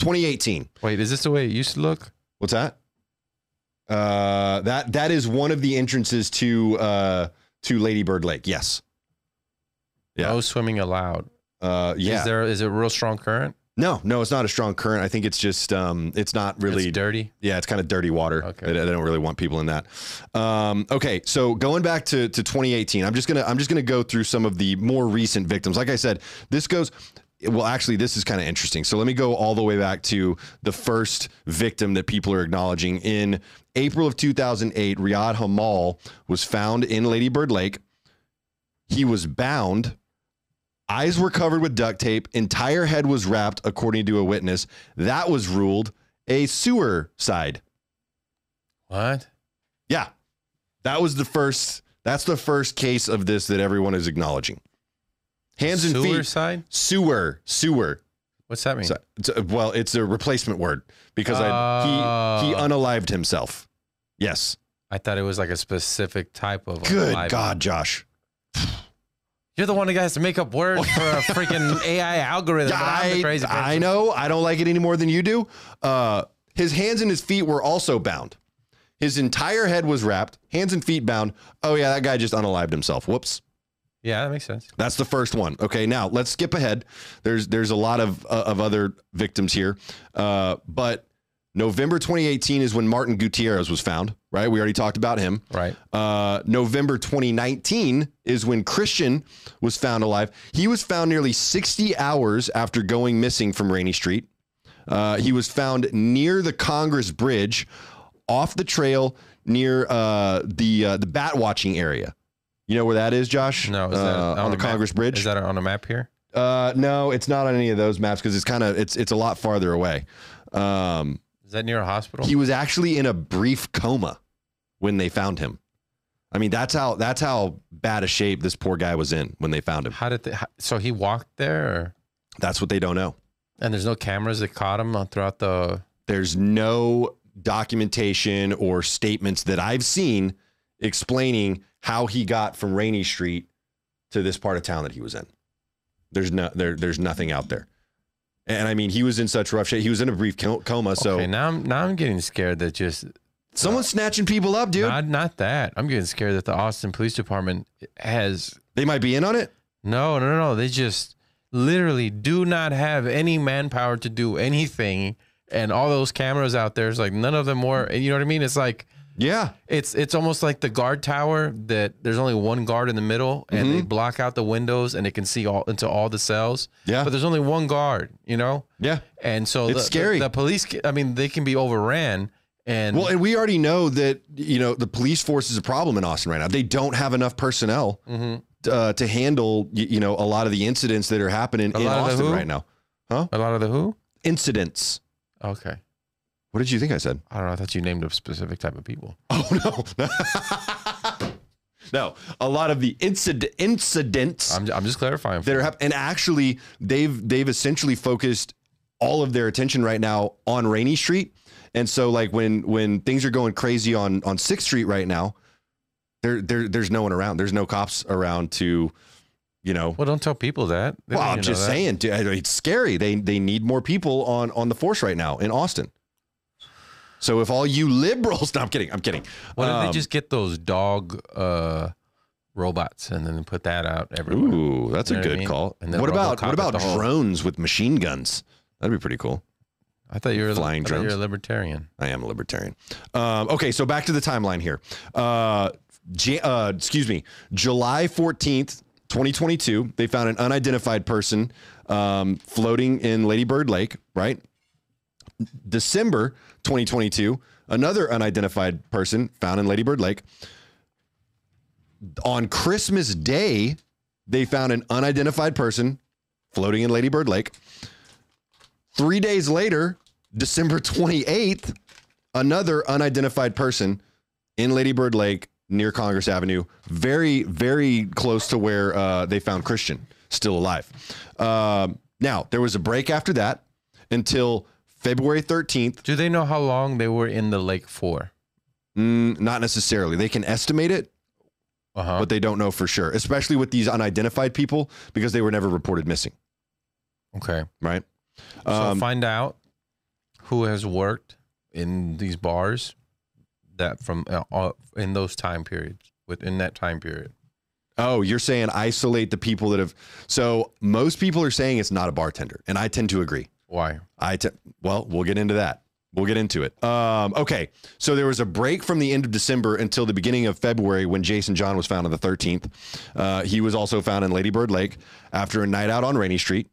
A: 2018.
B: wait, is this the way it used to look?
A: What's that? Uh, that that is one of the entrances to uh, to Lady Bird Lake. Yes. Yeah.
B: No swimming allowed.
A: Uh, yeah.
B: Is there? Is it real strong current?
A: no, no, it's not a strong current. I think it's just um, it's not really.
B: It's dirty.
A: yeah, it's kind of dirty water.
B: Okay.
A: They, they don't really want people in that. Um, okay, so going back to, to 2018, I'm just gonna I'm just gonna go through some of the more recent victims. Like I said, this goes. Well, actually, this is kind of interesting. So let me go all the way back to the first victim that people are acknowledging. In April of 2008, Riyad Hamal was found in Lady Bird Lake. He was bound. Eyes were covered with duct tape. Entire head was wrapped, according to a witness. That was ruled a sewer side.
B: What?
A: Yeah. That was the first that's the first case of this that everyone is acknowledging. Hands and
B: Sewer
A: feet
B: side?
A: sewer sewer.
B: What's that mean?
A: So- so- well, it's a replacement word because I, he he
B: Oh.
A: unalived himself. Yes.
B: I thought it was like a specific type of.
A: Good
B: alive.
A: God, Josh.
B: You're the one that has to make up words for a freaking AI algorithm. but I'm the
A: I,
B: crazy
A: I
B: person.
A: know. I don't like it any more than you do. Uh, his hands and his feet were also bound. His entire head was wrapped, hands and feet bound. Oh yeah, that guy just unalived himself. Whoops.
B: Yeah, that makes sense.
A: That's the first one. Okay, now let's skip ahead. There's there's a lot of uh, of other victims here, uh, but November 2018 is when Martin Gutierrez was found. Right, we already talked about him.
B: Right.
A: Uh, November 2019 is when Christian was found alive. He was found nearly 60 hours after going missing from Rainy Street. Uh, he was found near the Congress Bridge, off the trail near uh, the uh, the bat watching area. You know where that is, Josh?
B: No, is
A: Uh,
B: that on
A: on the
B: a map?
A: Congress Bridge.
B: Is that on a map here?
A: uh, no, it's not on any of those maps because it's kind of it's it's a lot farther away. Um,
B: Is Is that near a hospital?
A: He was actually in a brief coma when they found him. I mean, that's how that's how bad a shape this poor guy was in when they found him.
B: how did they, how, so he walked there, or,
A: That's what they don't know.
B: and there's no cameras that caught him throughout the.
A: There's no documentation or statements that I've seen explaining how he got from Rainy Street to this part of town that he was in. There's no there there's nothing out there. And I mean, he was in such rough shape. He was in a brief co- coma, so
B: okay, now I'm now I'm getting scared that just
A: someone's snatching people up, dude.
B: not not that I'm getting scared that the Austin Police Department has
A: they might be in on it.
B: No, no, no. They just literally do not have any manpower to do anything. And all those cameras out there, it's like none of them were. You know what I mean? It's like
A: Yeah.
B: it's it's almost like the guard tower that there's only one guard in the middle, and they block out the windows, and it can see all into all the cells.
A: Yeah.
B: but there's only one guard. You know,
A: Yeah.
B: and so
A: It's
B: the,
A: scary.
B: The, the police, ca- I mean, they can be overran. And
A: Well, and we already know that you know the police force is a problem in Austin right now. They don't have enough personnel
B: Mhm.
A: uh, to handle y- you know a lot of the incidents that are happening
B: A
A: in
B: lot of the
A: Austin
B: who?
A: right now.
B: a lot of the who?
A: Incidents.
B: Okay,
A: What did you think I said?
B: I don't know. I thought you named a specific type of people.
A: Oh no, no. A lot of the incid- incidents
B: I'm I'm just clarifying.
A: that are happening, and actually they've they've essentially focused all of their attention right now on Rainy Street. And so like when when things are going crazy on on Sixth Street right now, there there there's no one around. There's no cops around to, you know.
B: well, don't tell people that. They
A: Well,
B: don't
A: I'm
B: need to know
A: just
B: that.
A: saying, dude, it's scary. They they need more people on on the force right now in Austin. So if all you liberals, no, I'm kidding, I'm kidding.
B: Why don't
A: Um,
B: they just get those dog uh, robots and then put that out everywhere?
A: Ooh, that's
B: You
A: a
B: know what I
A: good
B: mean?
A: call.
B: And then
A: What about
B: RoboCop
A: what
B: at
A: about
B: the hole.
A: drones with machine guns? That'd be pretty cool.
B: I thought you were
A: Flying
B: I thought
A: drones?
B: you were a libertarian.
A: I am a libertarian. Um, okay, so back to the timeline here. Uh, Ja- uh, excuse me, July 14th, 2022, they found an unidentified person um, floating in Lady Bird Lake, right? December 2022, another unidentified person found in Lady Bird Lake. On Christmas Day, they found an unidentified person floating in Lady Bird Lake. Three days later, December 28th, another unidentified person in Lady Bird Lake near Congress Avenue, very, very close to where uh, they found Christian, still alive. Um, now, there was a break after that until February 13th.
B: Do they know how long they were in the lake for?
A: Mm, not necessarily. They can estimate it,
B: Uh huh.
A: but they don't know for sure, especially with these unidentified people because they were never reported missing,
B: Okay.
A: right?
B: So
A: Um,
B: find out who has worked in these bars that from uh, all- in those time periods within that time period.
A: Oh, you're saying isolate the people that have. So most people are saying it's not a bartender, and I tend to agree.
B: Why?
A: I te- well, we'll get into that. We'll get into it. Um, okay, so there was a break from the end of December until the beginning of February when Jason John was found on the 13th. Uh, he was also found in Lady Bird Lake after a night out on Rainy Street,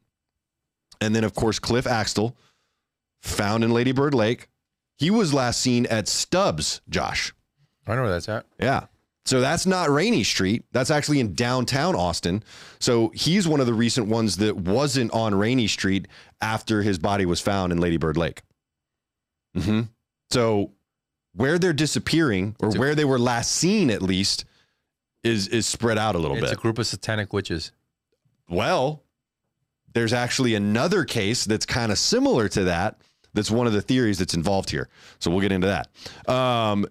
A: and then of course Cliff Axtell found in Lady Bird Lake. He was last seen at Stubbs, Josh.
B: I know where that's at.
A: Yeah. So that's not Rainy Street. That's actually in downtown Austin. So he's one of the recent ones that wasn't on Rainy Street after his body was found in Lady Bird Lake. hmm So where they're disappearing or
B: It's a-
A: where they were last seen, at least, is is spread out a little
B: It's
A: bit.
B: a group of satanic witches.
A: Well, there's actually another case that's kind of similar to that. That's one of the theories that's involved here. So we'll get into that. Um,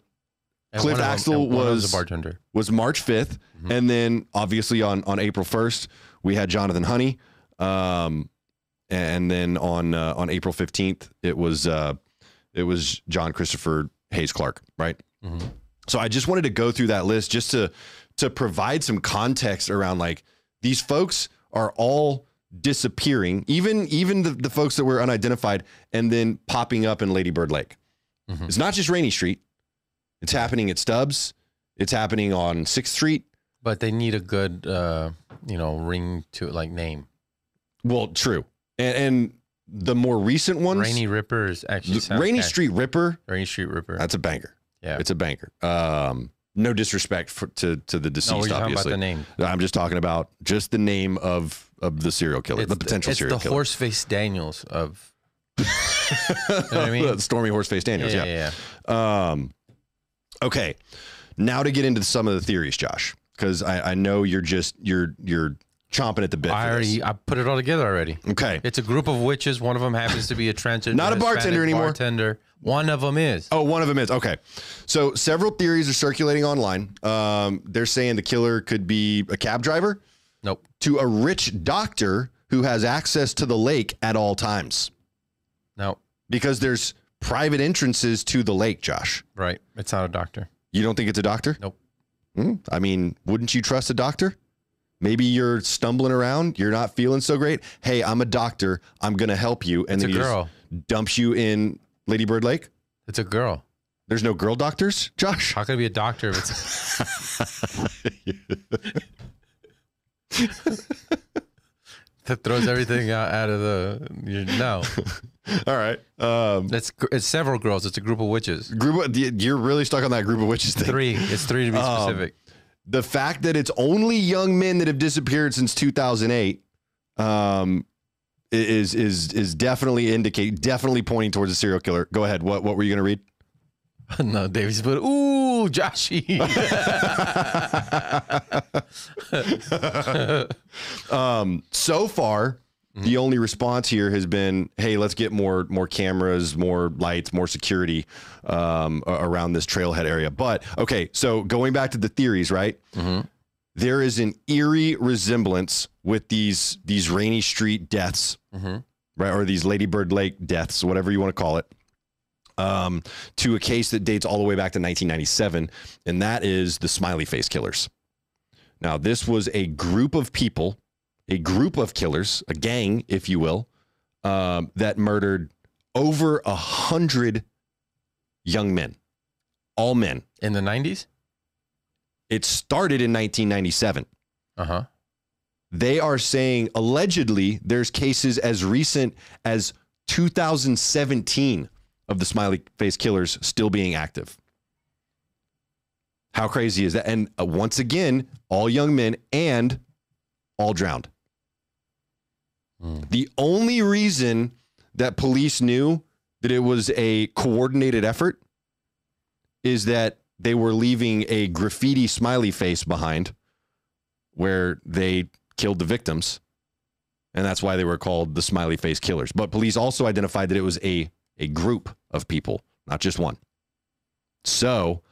B: And
A: Cliff
B: one of them-
A: Axtell
B: and one of them's
A: was-
B: a bartender.
A: was March 5th.
B: Mhm.
A: And then obviously on, on April 1st, we had Jonathan Honey. Um, and then on, uh, on April 15th, it was, uh, it was John Christopher Hayes Clark, right?
B: Mhm.
A: So I just wanted to go through that list just to, to provide some context around like these folks are all disappearing, even, even the, the folks that were unidentified and then popping up in Lady Bird Lake.
B: Mhm.
A: It's not just Rainy Street. It's happening at Stubbs. It's happening on 6th Street.
B: But they need a good, uh, you know, ring to it, like name.
A: Well, true. And, and the more recent ones,
B: Rainy Ripper is actually
A: the
B: sounds
A: Rainy
B: catchy.
A: Street Ripper,
B: Rainy Street Ripper.
A: that's a banger.
B: Yeah.
A: It's a banger. Um, no disrespect for, to, to the
B: no, we're
A: deceased,
B: talking
A: obviously.
B: about the name.
A: I'm just talking about just the name of, of the serial killer, the potential
B: it's
A: serial
B: the
A: killer.
B: horse face Daniels of know what I mean?
A: Stormy Horseface Daniels.
B: yeah,
A: Yeah.
B: yeah.
A: Um, okay. Now to get into some of the theories, Josh, because I, I know you're just you're you're chomping at the bit.
B: I
A: for this.
B: already, I put it all together already.
A: Okay.
B: It's a group of witches. One of them happens to be a transgender,
A: Not a
B: Hispanic
A: bartender anymore.
B: Bartender. One of them is.
A: Oh, one of them is okay. So several theories are circulating online. Um, they're saying the killer could be a cab driver
B: Nope.
A: to a rich doctor who has access to the lake at all times
B: No.
A: because there's private entrances to the lake. Josh,
B: Right. It's not a doctor.
A: you don't think it's a doctor?
B: Nope.
A: Hmm, I mean, wouldn't you trust a doctor? Maybe you're stumbling around, you're not feeling so great. Hey, I'm a doctor. I'm gonna help you, and
B: It's
A: then
B: a
A: he just
B: girl.
A: dumps you in Lady Bird Lake.
B: It's a girl.
A: There's no girl doctors, Josh.
B: How could it be a doctor if it's that throws everything out, out of the you no?
A: All right. Um,
B: It's gr- it's several girls. It's a group of witches.
A: group of, y- you're really stuck on that group of witches thing.
B: Three. It's three to be
A: Um,
B: specific.
A: The fact that it's only young men that have disappeared since 2008 um, i- is is is definitely indicate definitely pointing towards a serial killer. Go ahead. What what were you going to read?
B: no, Davies, but ooh, Joshy.
A: Um, so far, the only response here has been, "Hey, let's get more more cameras, more lights, more security um, a- around this trailhead area." But okay, so going back to the theories, right?
B: Mhm.
A: There is an eerie resemblance with these these rainy street deaths,
B: Mhm.
A: right, or these Ladybird Lake deaths, whatever you want to call it. Um, to a case that dates all the way back to 1997, and that is the smiley face killers. Now, this was a group of people, a group of killers, a gang, if you will, um, that murdered over a hundred young men, all men.
B: in the nineties.
A: It started in 1997.
B: Uh huh.
A: They are saying allegedly there's cases as recent as 2017 of the smiley face killers still being active. How crazy is that? And uh, once again, all young men and all drowned.
B: Hmm.
A: The only reason that police knew that it was a coordinated effort is that they were leaving a graffiti smiley face behind where they killed the victims. And that's why they were called the smiley face killers. But police also identified that it was a, a group of people, not just one. So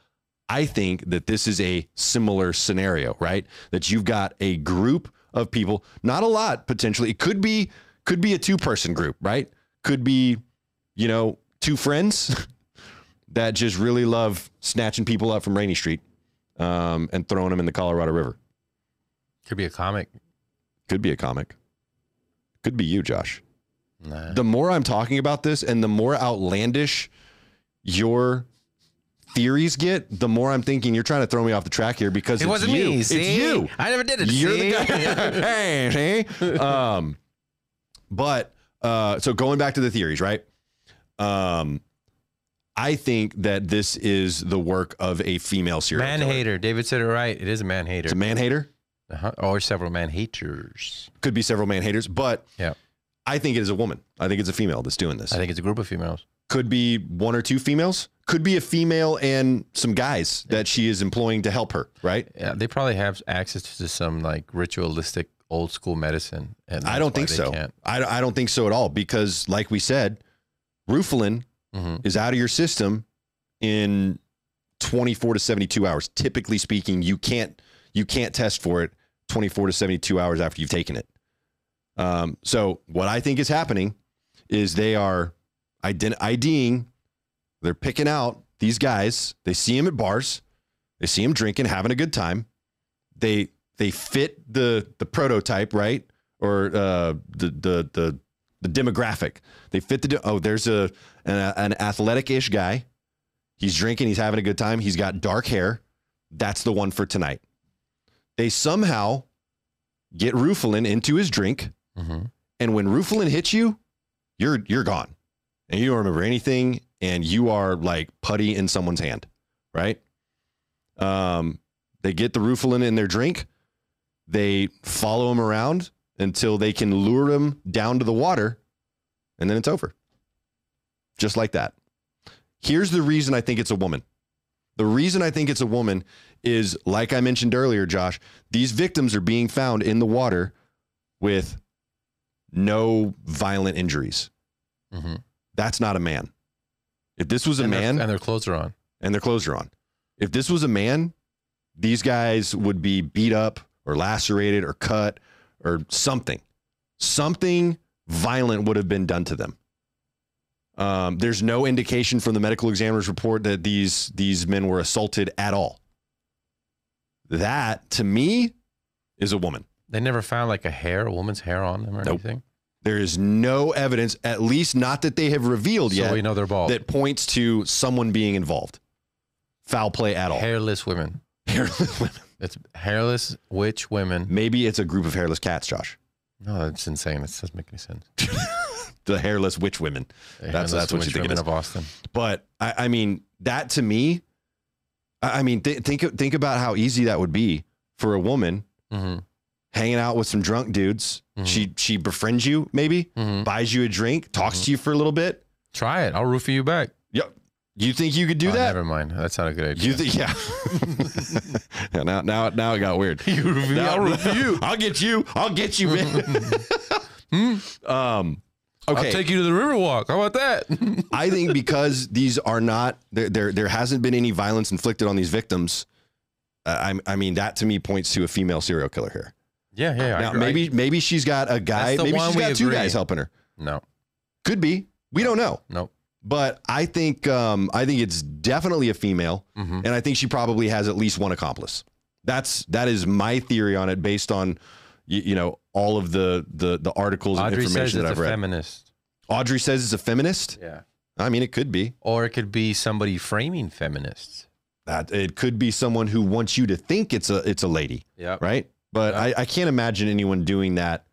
A: I think that this is a similar scenario, right? That you've got a group of people, not a lot potentially. It could be could be a two person group, right? Could be, you know, two friends that just really love snatching people up from Rainy Street um, and throwing them in the Colorado River.
B: Could be a comic.
A: Could be a comic. Could be you, Josh.
B: Nah.
A: The more I'm talking about this and the more outlandish your theories get, the more I'm thinking you're trying to throw me off the track here because
B: it
A: it's
B: wasn't
A: you.
B: me.
A: It's
B: see?
A: you.
B: I never did it.
A: You're
B: see?
A: the guy. hey, hey. Um, but uh, so going back to the theories, right? Um, I think that this is the work of a female serial
B: man
A: killer.
B: hater. David said it right. It is a man hater.
A: It's a man hater.
B: Uh-huh. Or several man haters.
A: Could be several man haters, but
B: Yeah.
A: I think it is a woman. I think it's a female that's doing this.
B: I think it's a group of females.
A: Could be one or two females. Could be a female and some guys that she is employing to help her. Right?
B: Yeah, they probably have access to some like ritualistic old school medicine. And
A: I
B: that's
A: don't
B: why
A: think
B: they
A: so.
B: can't.
A: I, I don't think so at all because, like we said, Rufalin
B: Mhm.
A: is out of your system in 24 to 72 hours. Typically speaking, you can't you can't test for it 24 to 72 hours after you've taken it. Um, so what I think is happening is they are ident- IDing, they're picking out these guys. They see him at bars, they see him drinking, having a good time. They they fit the the prototype right or uh, the the the the demographic. They fit the de- oh there's a an, an athletic ish guy. He's drinking, he's having a good time. He's got dark hair. That's the one for tonight. They somehow get Rufalin into his drink.
B: Mhm.
A: And when Rufalin hits you, you're you're gone. And you don't remember anything and you are like putty in someone's hand, right? Um they get the Rufalin in their drink. They follow him around until they can lure him down to the water and then it's over. just like that. Here's the reason I think it's a woman. The reason I think it's a woman is, like I mentioned earlier, Josh, these victims are being found in the water with no violent injuries.
B: Mhm.
A: That's not a man. If this was a
B: and their-
A: man,
B: and their clothes are on.
A: and their clothes are on. If this was a man, these guys would be beat up or lacerated or cut or something. Something violent would have been done to them. Um, there's no indication from the medical examiner's report that these these men were assaulted at all. That to me is a woman.
B: They never found like a hair, a woman's hair on them or
A: Nope.
B: anything.
A: There is no evidence, at least not that they have revealed
B: So
A: yet,
B: we know they're bald.
A: that points to someone being involved. Foul play at all.
B: Hairless women.
A: Hairless women.
B: It's hairless witch women.
A: Maybe it's a group of hairless cats, Josh.
B: No, that's insane. That doesn't make any sense.
A: The hairless witch women.
B: The
A: That's-
B: hairless
A: that's what you
B: witch
A: think it
B: women
A: is.
B: of Austin.
A: But I, I mean, that to me, I I mean, th- think think about how easy that would be for a woman
B: hmm
A: hanging out with some drunk dudes.
B: Mhm.
A: She she befriends you, maybe
B: hmm
A: buys you a drink, talks
B: Mm-hmm.
A: to you for a little bit.
B: Try it. I'll roofie you back.
A: Yep. You think you could do
B: Oh,
A: that?
B: Never mind. That's not a good idea.
A: You think? Yeah. yeah. Now now now it got weird.
B: You roofie me.
A: Now-
B: I'll roofie you.
A: I'll get you. I'll get you, man.
B: Hmm?
A: um. Okay.
B: I'll take you to the Riverwalk. How about that?
A: I think because these are not there, there, there hasn't been any violence inflicted on these victims. Uh, I, I mean, that to me points to a female serial killer here.
B: yeah, yeah. I
A: now,
B: agree.
A: maybe, maybe she's got a guy.
B: That's the
A: Maybe
B: one
A: she's
B: we
A: got two
B: agree.
A: guys helping her.
B: no,
A: Could be. We don't know.
B: no.
A: But I think, um, I think it's definitely a female,
B: hmm
A: and I think she probably has at least one accomplice. That's that is my theory on it, based on you, you know all of the the the articles and
B: Audrey says
A: information
B: it's
A: that
B: a
A: I've read.
B: feminist.
A: Audrey says it's a feminist.
B: Yeah.
A: I mean, it could be.
B: Or it could be somebody framing feminists.
A: that it could be someone who wants you to think it's a it's a lady,
B: Yeah.
A: right? But I, I can't imagine anyone doing that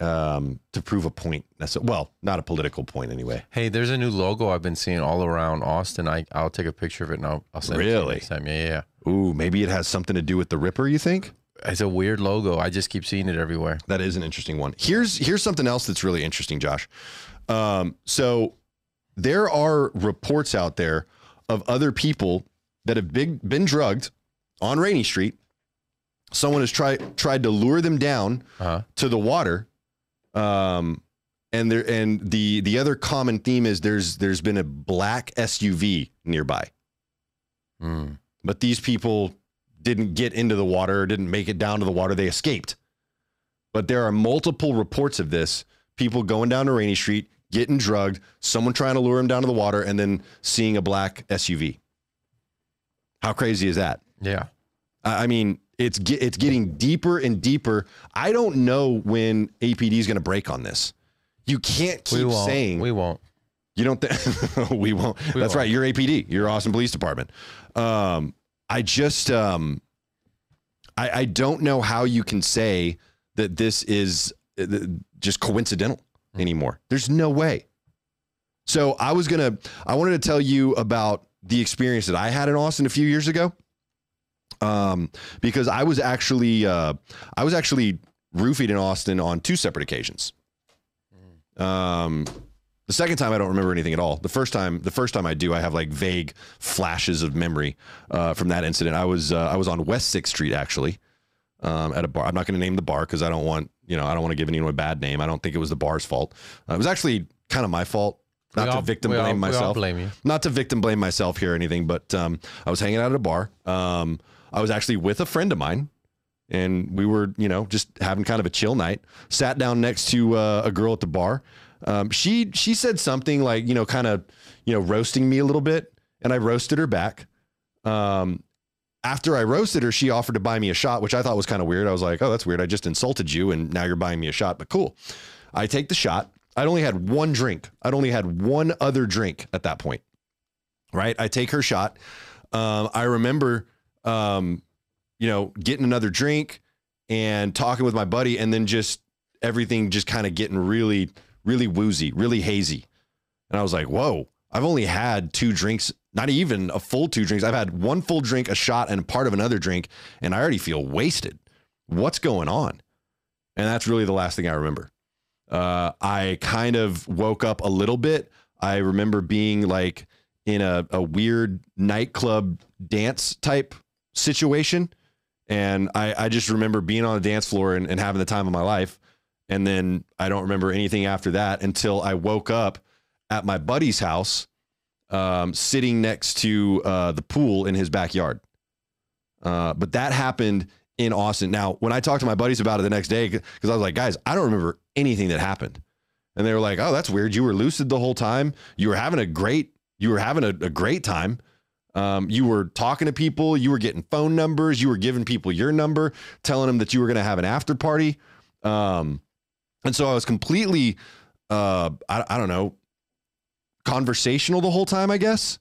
A: um, to prove a point. That's well, not a political point anyway.
B: Hey, there's a new logo I've been seeing all around Austin. I I'll take a picture of it and I'll, I'll send it to you
A: Really?
B: next time. Yeah, yeah,
A: Ooh, maybe it has something to do with the Ripper. You think
B: yeah. It's a weird logo. I just keep seeing it everywhere.
A: that is an interesting one. Here's here's something else that's really interesting, Josh. Um, so there are reports out there of other people that have big, been drugged on Rainy Street. Someone has tried tried to lure them down
B: Uh-huh.
A: to the water. Um, and there and the the other common theme is there's there's been a black SUV nearby,
B: Mm.
A: but these people didn't get into the water, didn't make it down to the water, they escaped. But there are multiple reports of this people going down to Rainy Street, getting drugged, someone trying to lure them down to the water, and then seeing a black SUV. How crazy is that?
B: Yeah.
A: I I mean, it's ge- it's getting deeper and deeper. I don't know when APD is going to break on this. You can't
B: we
A: keep
B: won't.
A: saying
B: we won't.
A: you don't think we won't.
B: We
A: That's
B: won't.
A: right. You're APD. You're Austin Police Department. Um, I just um, I, I don't know how you can say that this is uh, th- just coincidental
B: Hmm.
A: anymore. There's no way. So I was gonna I wanted to tell you about the experience that I had in Austin a few years ago. Um, because I was actually uh, I was actually roofied in Austin on two separate occasions. Um, the second time I don't remember anything at all. The first time, the first time I do, I have like vague flashes of memory uh, from that incident. I was uh, I was on West Sixth Street actually um, at a bar. I'm not going to name the bar because I don't want you know I don't want to give anyone a bad name. I don't think it was the bar's fault. Uh, it was actually kind of my fault. Not
B: we
A: to
B: all-
A: victim
B: we all-
A: blame
B: We all
A: myself
B: blame you.
A: not to victim blame myself here or anything, but um, I was hanging out at a bar. Um, I was actually with a friend of mine, and we were, you know, just having kind of a chill night. Sat down next to uh, a girl at the bar. Um, she she said something like, you know, kind of, you know, roasting me a little bit, and I roasted her back. Um, after I roasted her, she offered to buy me a shot, which I thought was kind of weird. I was like, oh, that's weird. I just insulted you, and now you're buying me a shot, but cool. I take the shot. I'd only had one drink. I'd only had one other drink at that point right? I take her shot. Um, I remember, um, you know, getting another drink and talking with my buddy, and then just everything just kind of getting really, really woozy, really hazy. And I was like, whoa, I've only had two drinks, not even a full two drinks. I've had one full drink, a shot, and part of another drink, and I already feel wasted. What's going on? And that's really the last thing I remember. Uh, I kind of woke up a little bit. I remember being like in a, a weird nightclub dance type situation. And I, I just remember being on the dance floor and, and having the time of my life. And then I don't remember anything after that until I woke up at my buddy's house, um, sitting next to uh, the pool in his backyard. Uh, but that happened in Austin. Now, when I talked to my buddies about it the next day, because I was like, guys, I don't remember anything that happened. And they were like, oh, that's weird. You were lucid the whole time. You were having a great, you were having a, a great time. Um, you were talking to people. You were getting phone numbers. You were giving people your number, telling them that you were going to have an after party. Um, and so I was completely, uh, I, I don't know, conversational the whole time, I guess.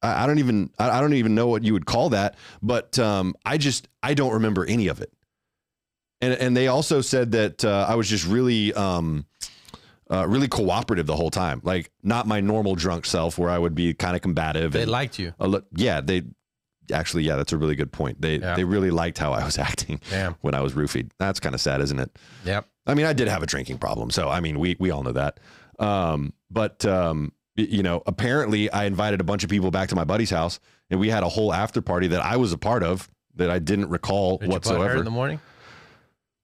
A: I, I don't even I, I don't even know what you would call that, but um, I just I don't remember any of it. And and they also said that uh, I was just really um, uh, really cooperative the whole time, like not my normal drunk self where I would be kind of combative.
B: They
A: and,
B: liked you.
A: a li- yeah, they actually yeah, that's a really good point. They
B: Yeah.
A: they really liked how I was acting
B: Damn.
A: when I was roofied. That's kind of sad, isn't it?
B: Yep.
A: I mean, I did have a drinking problem, so I mean, we we all know that. Um, but um, y- you know, apparently, I invited a bunch of people back to my buddy's house, and we had a whole after party that I was a part of that I didn't recall
B: Did you butt hurt
A: whatsoever.
B: in the morning?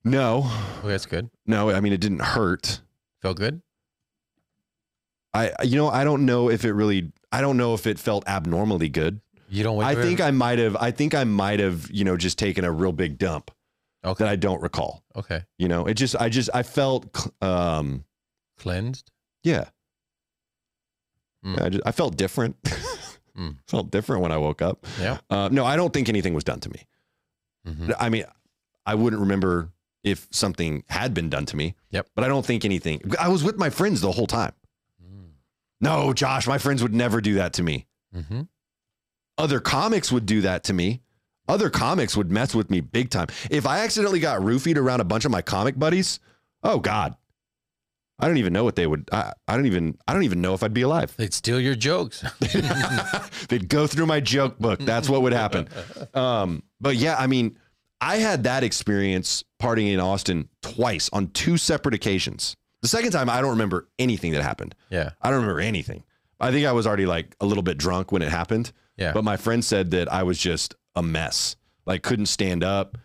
A: no,
B: Okay, that's good.
A: no, I mean, it didn't hurt.
B: Felt good.
A: I you know, I don't know if it really. I don't know if it felt abnormally good.
B: You don't wait.
A: I
B: for
A: think I might have. I think I might have. You know, just taken a real big dump
B: Okay.
A: that I don't recall.
B: okay.
A: You know, it just. I just. I felt. cl- Um.
B: Cleansed.
A: Yeah.
B: Mm. Hmm.
A: Yeah, I, just, I felt different.
B: Mm.
A: Felt different when I woke up.
B: Yeah.
A: Uh, no, I don't think anything was done to me.
B: Mhm.
A: I mean, I wouldn't remember if something had been done to me.
B: Yep.
A: But I don't think anything. I was with my friends the whole time. No, Josh, my friends would never do that to me.
B: Mm-hmm.
A: Other comics would do that to me. Other comics would mess with me big time. If I accidentally got roofied around a bunch of my comic buddies, oh God, I don't even know what they would. I, I don't even. I don't even know if I'd be alive.
B: They'd steal your jokes.
A: They'd go through my joke book. That's what would happen. Um, but yeah, I mean, I had that experience partying in Austin twice on two separate occasions. The second time, I don't remember anything that happened.
B: yeah.
A: I don't remember anything. I think I was already like a little bit drunk when it happened.
B: Yeah.
A: But my friend said that I was just a mess. Like couldn't stand up.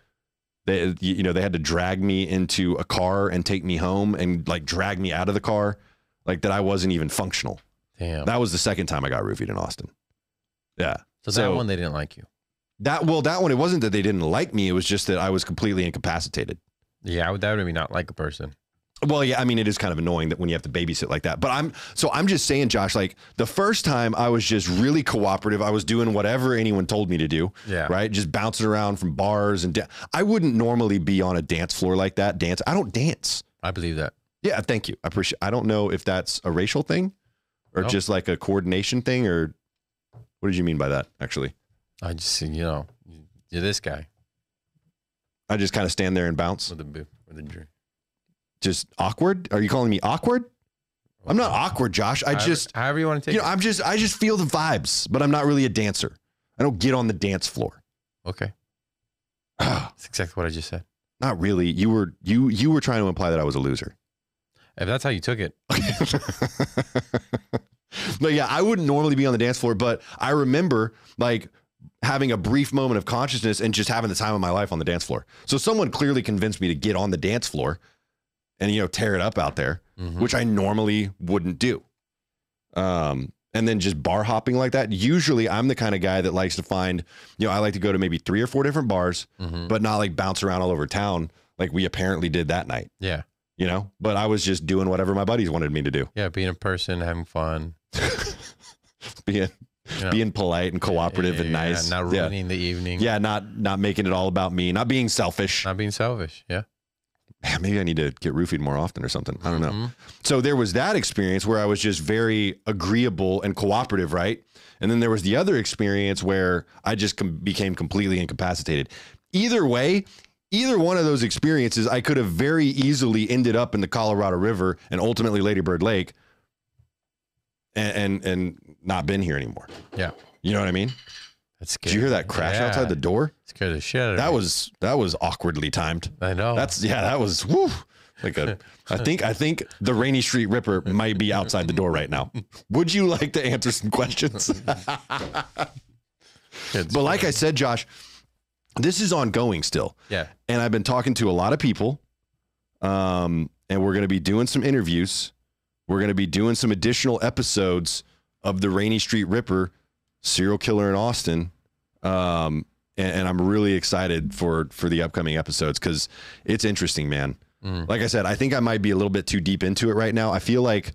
A: They, you- you know, they had to drag me into a car and take me home and like drag me out of the car. Like that I wasn't even functional.
B: Damn.
A: That was the second time I got roofied in Austin. Yeah.
B: so, that
A: so-
B: one they didn't like you.
A: That well, that one it wasn't that they didn't like me, it was just that I was completely incapacitated.
B: Yeah, I would- that would be not like a person.
A: Well, yeah, I mean it is kind of annoying that when you have to babysit like that. But I'm so I'm just saying, Josh, like the first time I was just really cooperative. I was doing whatever anyone told me to do,
B: Yeah.
A: right? Just bouncing around from bars and da- I wouldn't normally be on a dance floor like that. Dance. I don't dance.
B: I believe that.
A: Yeah, thank you. I appreciate I don't know if that's a racial thing or
B: No.
A: just like a coordination thing or what did you mean by that actually?
B: I just, you know, you're this guy
A: I just kind of stand there and bounce.
B: with the boo- with the drink.
A: Just awkward? Are you calling me awkward? I'm not awkward, Josh. I
B: However-
A: just
B: however you want to take
A: you know, I'm just I just feel the vibes, but I'm not really a dancer. I don't get on the dance floor.
B: it. Okay.
A: not
B: That's exactly what I just said.
A: really. You were you you were trying to imply that I was a loser.
B: If that's how you took it,
A: but yeah, I wouldn't normally be on the dance floor, but I remember like having a brief moment of consciousness and just having the time of my life on the dance floor. So someone clearly convinced me to get on the dance floor and you know tear it up out there,
B: Mhm.
A: Mm-hmm. which I normally wouldn't do. Um and then just bar hopping like that. Usually I'm the kind of guy that likes to find, you know, I like to go to maybe 3 or 4 different bars,
B: Mhm.
A: but not like bounce around all over town like we apparently did that night,
B: yeah,
A: you know? But I was just doing whatever my buddies wanted me to do.
B: yeah, being a person, having fun,
A: being
B: you know,
A: being polite and cooperative and
B: yeah,
A: nice.
B: not
A: yeah.
B: ruining the evening,
A: yeah, not not making it all about me, not being selfish.
B: not being selfish, yeah.
A: Man, maybe I need to get roofied more often or something. I don't know.
B: Mhm.
A: So there was that experience where I was just very agreeable and cooperative, right? And then there was the other experience where I just com- became completely incapacitated. Either way, either one of those experiences, I could have very easily ended up in the Colorado River and ultimately Lady Bird Lake, and and, and not been here anymore.
B: Yeah.
A: you know what I mean.
B: That's
A: Did
B: scary.
A: you hear that crash
B: Yeah.
A: outside the door?
B: Scared the shit out of
A: That
B: me.
A: was that was awkwardly timed.
B: I know.
A: That's yeah, that was woo. Like a, I think I think the Rainy Street Ripper might be outside the door right now. Would you like to answer some questions?
B: It's-
A: but like I said, Josh, this is ongoing still.
B: yeah,
A: and I've been talking to a lot of people. Um, and we're going to be doing some interviews. We're going to be doing some additional episodes of the Rainy Street Ripper, serial killer in Austin. Um, and, and I'm really excited for for the upcoming episodes because it's interesting, man.
B: Mm.
A: Like I said, I think I might be a little bit too deep into it right now. I feel like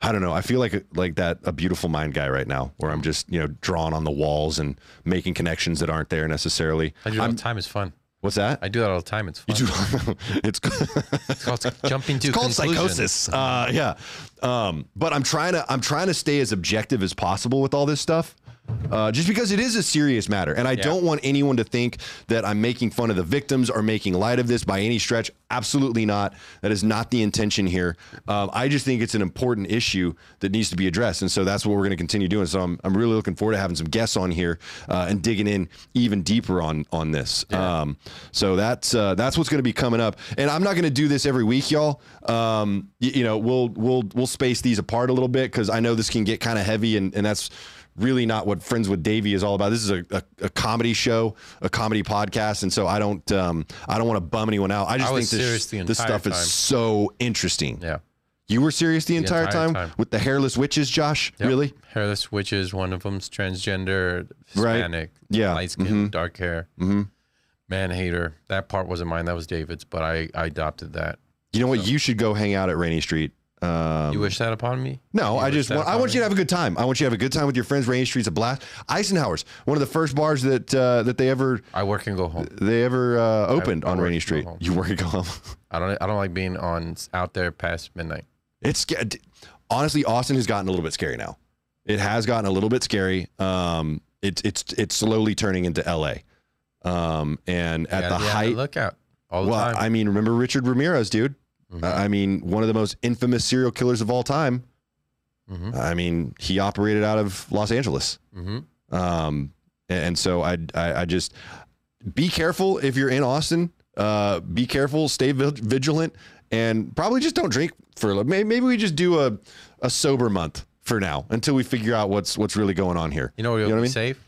A: I don't know. I feel like like that a beautiful mind guy right now, where I'm just you know drawn on the walls and making connections that aren't there necessarily.
B: I do that all
A: I'm-
B: the time. It's fun.
A: What's that?
B: I do that all the time. It's fun.
A: You do. it's
B: It's called jumping to
A: it's called
B: conclusion.
A: psychosis. Uh, yeah. Um, but I'm trying to I'm trying to stay as objective as possible with all this stuff. Uh, just because it is a serious matter, and I don't want anyone to think that I'm making fun of the victims or making light of this by any stretch. Absolutely not. That is not the intention here. Um, I just think it's an important issue that needs to be addressed, and so that's what we're going to continue doing. So I'm, I'm really looking forward to having some guests on here uh, and digging in even deeper on on this. Um, so that's uh, that's what's going to be coming up, and I'm not going to do this every week, y'all. Um, y- you know, we'll we'll we'll space these apart a little bit because I know this can get kind of heavy, and and that's really not what Friends with Davey is all about. This is a, a, a comedy show, a comedy podcast, and so I don't um, I don't want to bum anyone out. I just
B: I
A: think
B: was
A: this,
B: serious the
A: this
B: entire
A: stuff
B: time.
A: is so interesting.
B: Yeah.
A: You were serious the, entire,
B: entire
A: time,
B: time.
A: with the hairless witches, Josh.
B: Yep.
A: Really?
B: Hairless witches. One of them's transgender,
A: Right.
B: Hispanic,
A: Yeah.
B: light skin,
A: Mhm.
B: dark hair,
A: Mm-hmm.
B: man hater. That part wasn't mine. That was David's, but I, I adopted that.
A: You know what? You should go hang out at Rainy Street. Um,
B: You wish that upon me?
A: No,
B: You
A: I
B: wish
A: just
B: that
A: want, I
B: upon
A: want
B: me?
A: you to have a good time. I want you to have a good time with your friends. Rainy Street's a blast. Eisenhower's one of the first bars that uh, that they ever
B: I work and go home.
A: they ever uh, opened
B: I
A: on
B: work
A: Rainy
B: and go
A: Street.
B: home.
A: You work and go home.
B: I don't. I don't like being on out there past midnight.
A: It's sca- d- honestly Austin has gotten a little bit scary now. It has gotten a little bit scary. Um, it's it's it's slowly turning into L.A. Um, and at
B: Gotta
A: the
B: be on
A: height,
B: look out all the
A: well,
B: time.
A: I uh, mean, remember Richard Ramirez, dude.
B: Mhm.
A: I I mean, one of the most infamous serial killers of all time.
B: Mhm.
A: I mean, he operated out of Los Angeles.
B: hmm
A: Um, a- and so I, I, I just be careful if you're in Austin. Uh, be careful, stay vil- vigilant, and probably just don't drink for a little. may- Maybe we just do a, a sober month for now until we figure out what's what's really going on here.
B: You know where you'll
A: You know what
B: be
A: I mean?
B: safe?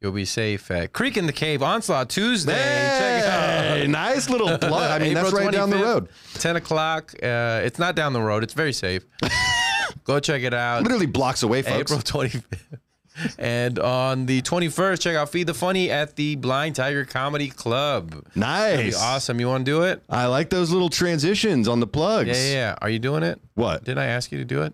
B: You'll be safe at Creek in the Cave Onslaught Tuesday. Check it out.
A: Hey, nice little plug. I mean, that's
B: April
A: right down the
B: 25th,
A: road.
B: 10 o'clock. Uh, it's not down the road. It's very safe. Go check it out.
A: Literally blocks away, folks.
B: April 25th. And on the 21st, check out Feed the Funny at the Blind Tiger Comedy Club. That'd
A: Nice.
B: be awesome. You want to do it?
A: I like those little transitions on the plugs.
B: Yeah, yeah, yeah. Are you doing it?
A: What?
B: Didn't I ask you to do it?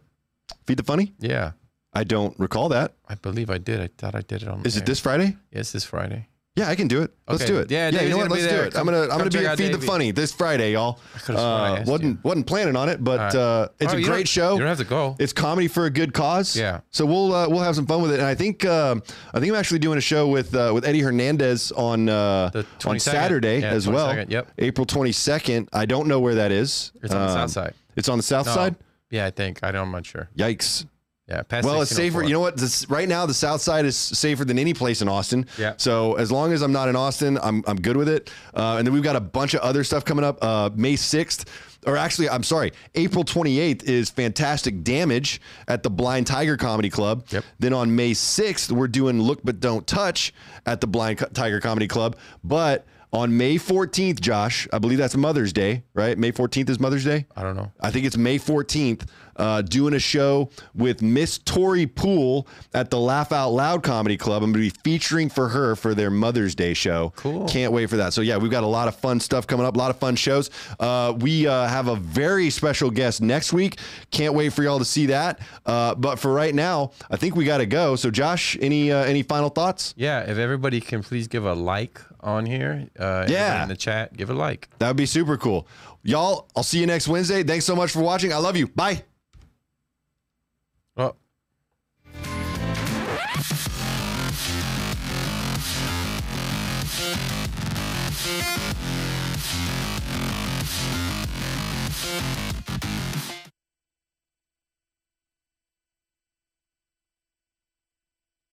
A: Feed the funny?
B: Yeah.
A: I don't recall that.
B: I believe I did. I thought I did it on
A: Is it
B: air.
A: this Friday?
B: Yes, this Friday.
A: Yeah, I can do it. Let's
B: Okay.
A: do it. yeah.
B: Yeah,
A: You
B: Davey's
A: know what?
B: gonna be
A: Let's do
B: there.
A: it. I'm
B: Come-
A: gonna I'm gonna
B: come
A: be
B: check
A: at
B: out
A: Feed the
B: Davey.
A: Funny this Friday, y'all. Uh,
B: could've sworn I asked
A: wasn't wasn't planning on it, but
B: All right.
A: uh, it's
B: Oh,
A: a
B: you
A: great
B: don't-
A: show.
B: You don't have to go.
A: It's comedy for a good cause.
B: Yeah.
A: So we'll uh, we'll have some fun with it, and I think um, I think I'm actually doing a show with uh, with Eddie Hernandez on uh,
B: The
A: on
B: 22nd.
A: Saturday
B: Yeah,
A: as well.
B: 22nd, yep.
A: April 22nd. I don't know where that is.
B: It's on the
A: Um,
B: south side.
A: It's on the south
B: No.
A: side.
B: Oh, Yeah, I think. I don't, I'm not sure.
A: Yikes.
B: Yeah. Past
A: Well, it's safer.
B: 1604.
A: You know what? This, right now, the South Side is safer than any place in Austin.
B: Yeah.
A: So as long as I'm not in Austin, I'm, I'm good with it. Uh, and then we've got a bunch of other stuff coming up. Uh, May 6th, or actually, I'm sorry, April 28th is Fantastic Damage at the Blind Tiger Comedy Club.
B: Yep.
A: Then on May 6th, we're doing Look But Don't Touch at the Blind Co- Tiger Comedy Club. But on May 14th, Josh, I believe that's Mother's Day, right? May 14th is Mother's Day.
B: I don't know.
A: I think it's May 14th, uh, doing a show with Miss Tori Poole at the Laugh Out Loud Comedy Club. I'm going to be featuring for her for their Mother's Day show.
B: Cool.
A: Can't wait for that. So, yeah, we've got a lot of fun stuff coming up, a lot of fun shows. Uh, we uh, have a very special guest next week. Can't wait for y'all to see that. Uh, but for right now, I think we got to go. So, Josh, any uh, any final thoughts?
B: Yeah, if everybody can please give a like on here. Uh,
A: Yeah.
B: yeah. In the chat, give a like.
A: That would be super cool. Y'all, I'll see you next Wednesday. Thanks so much for watching. I love you. Bye.
B: Well,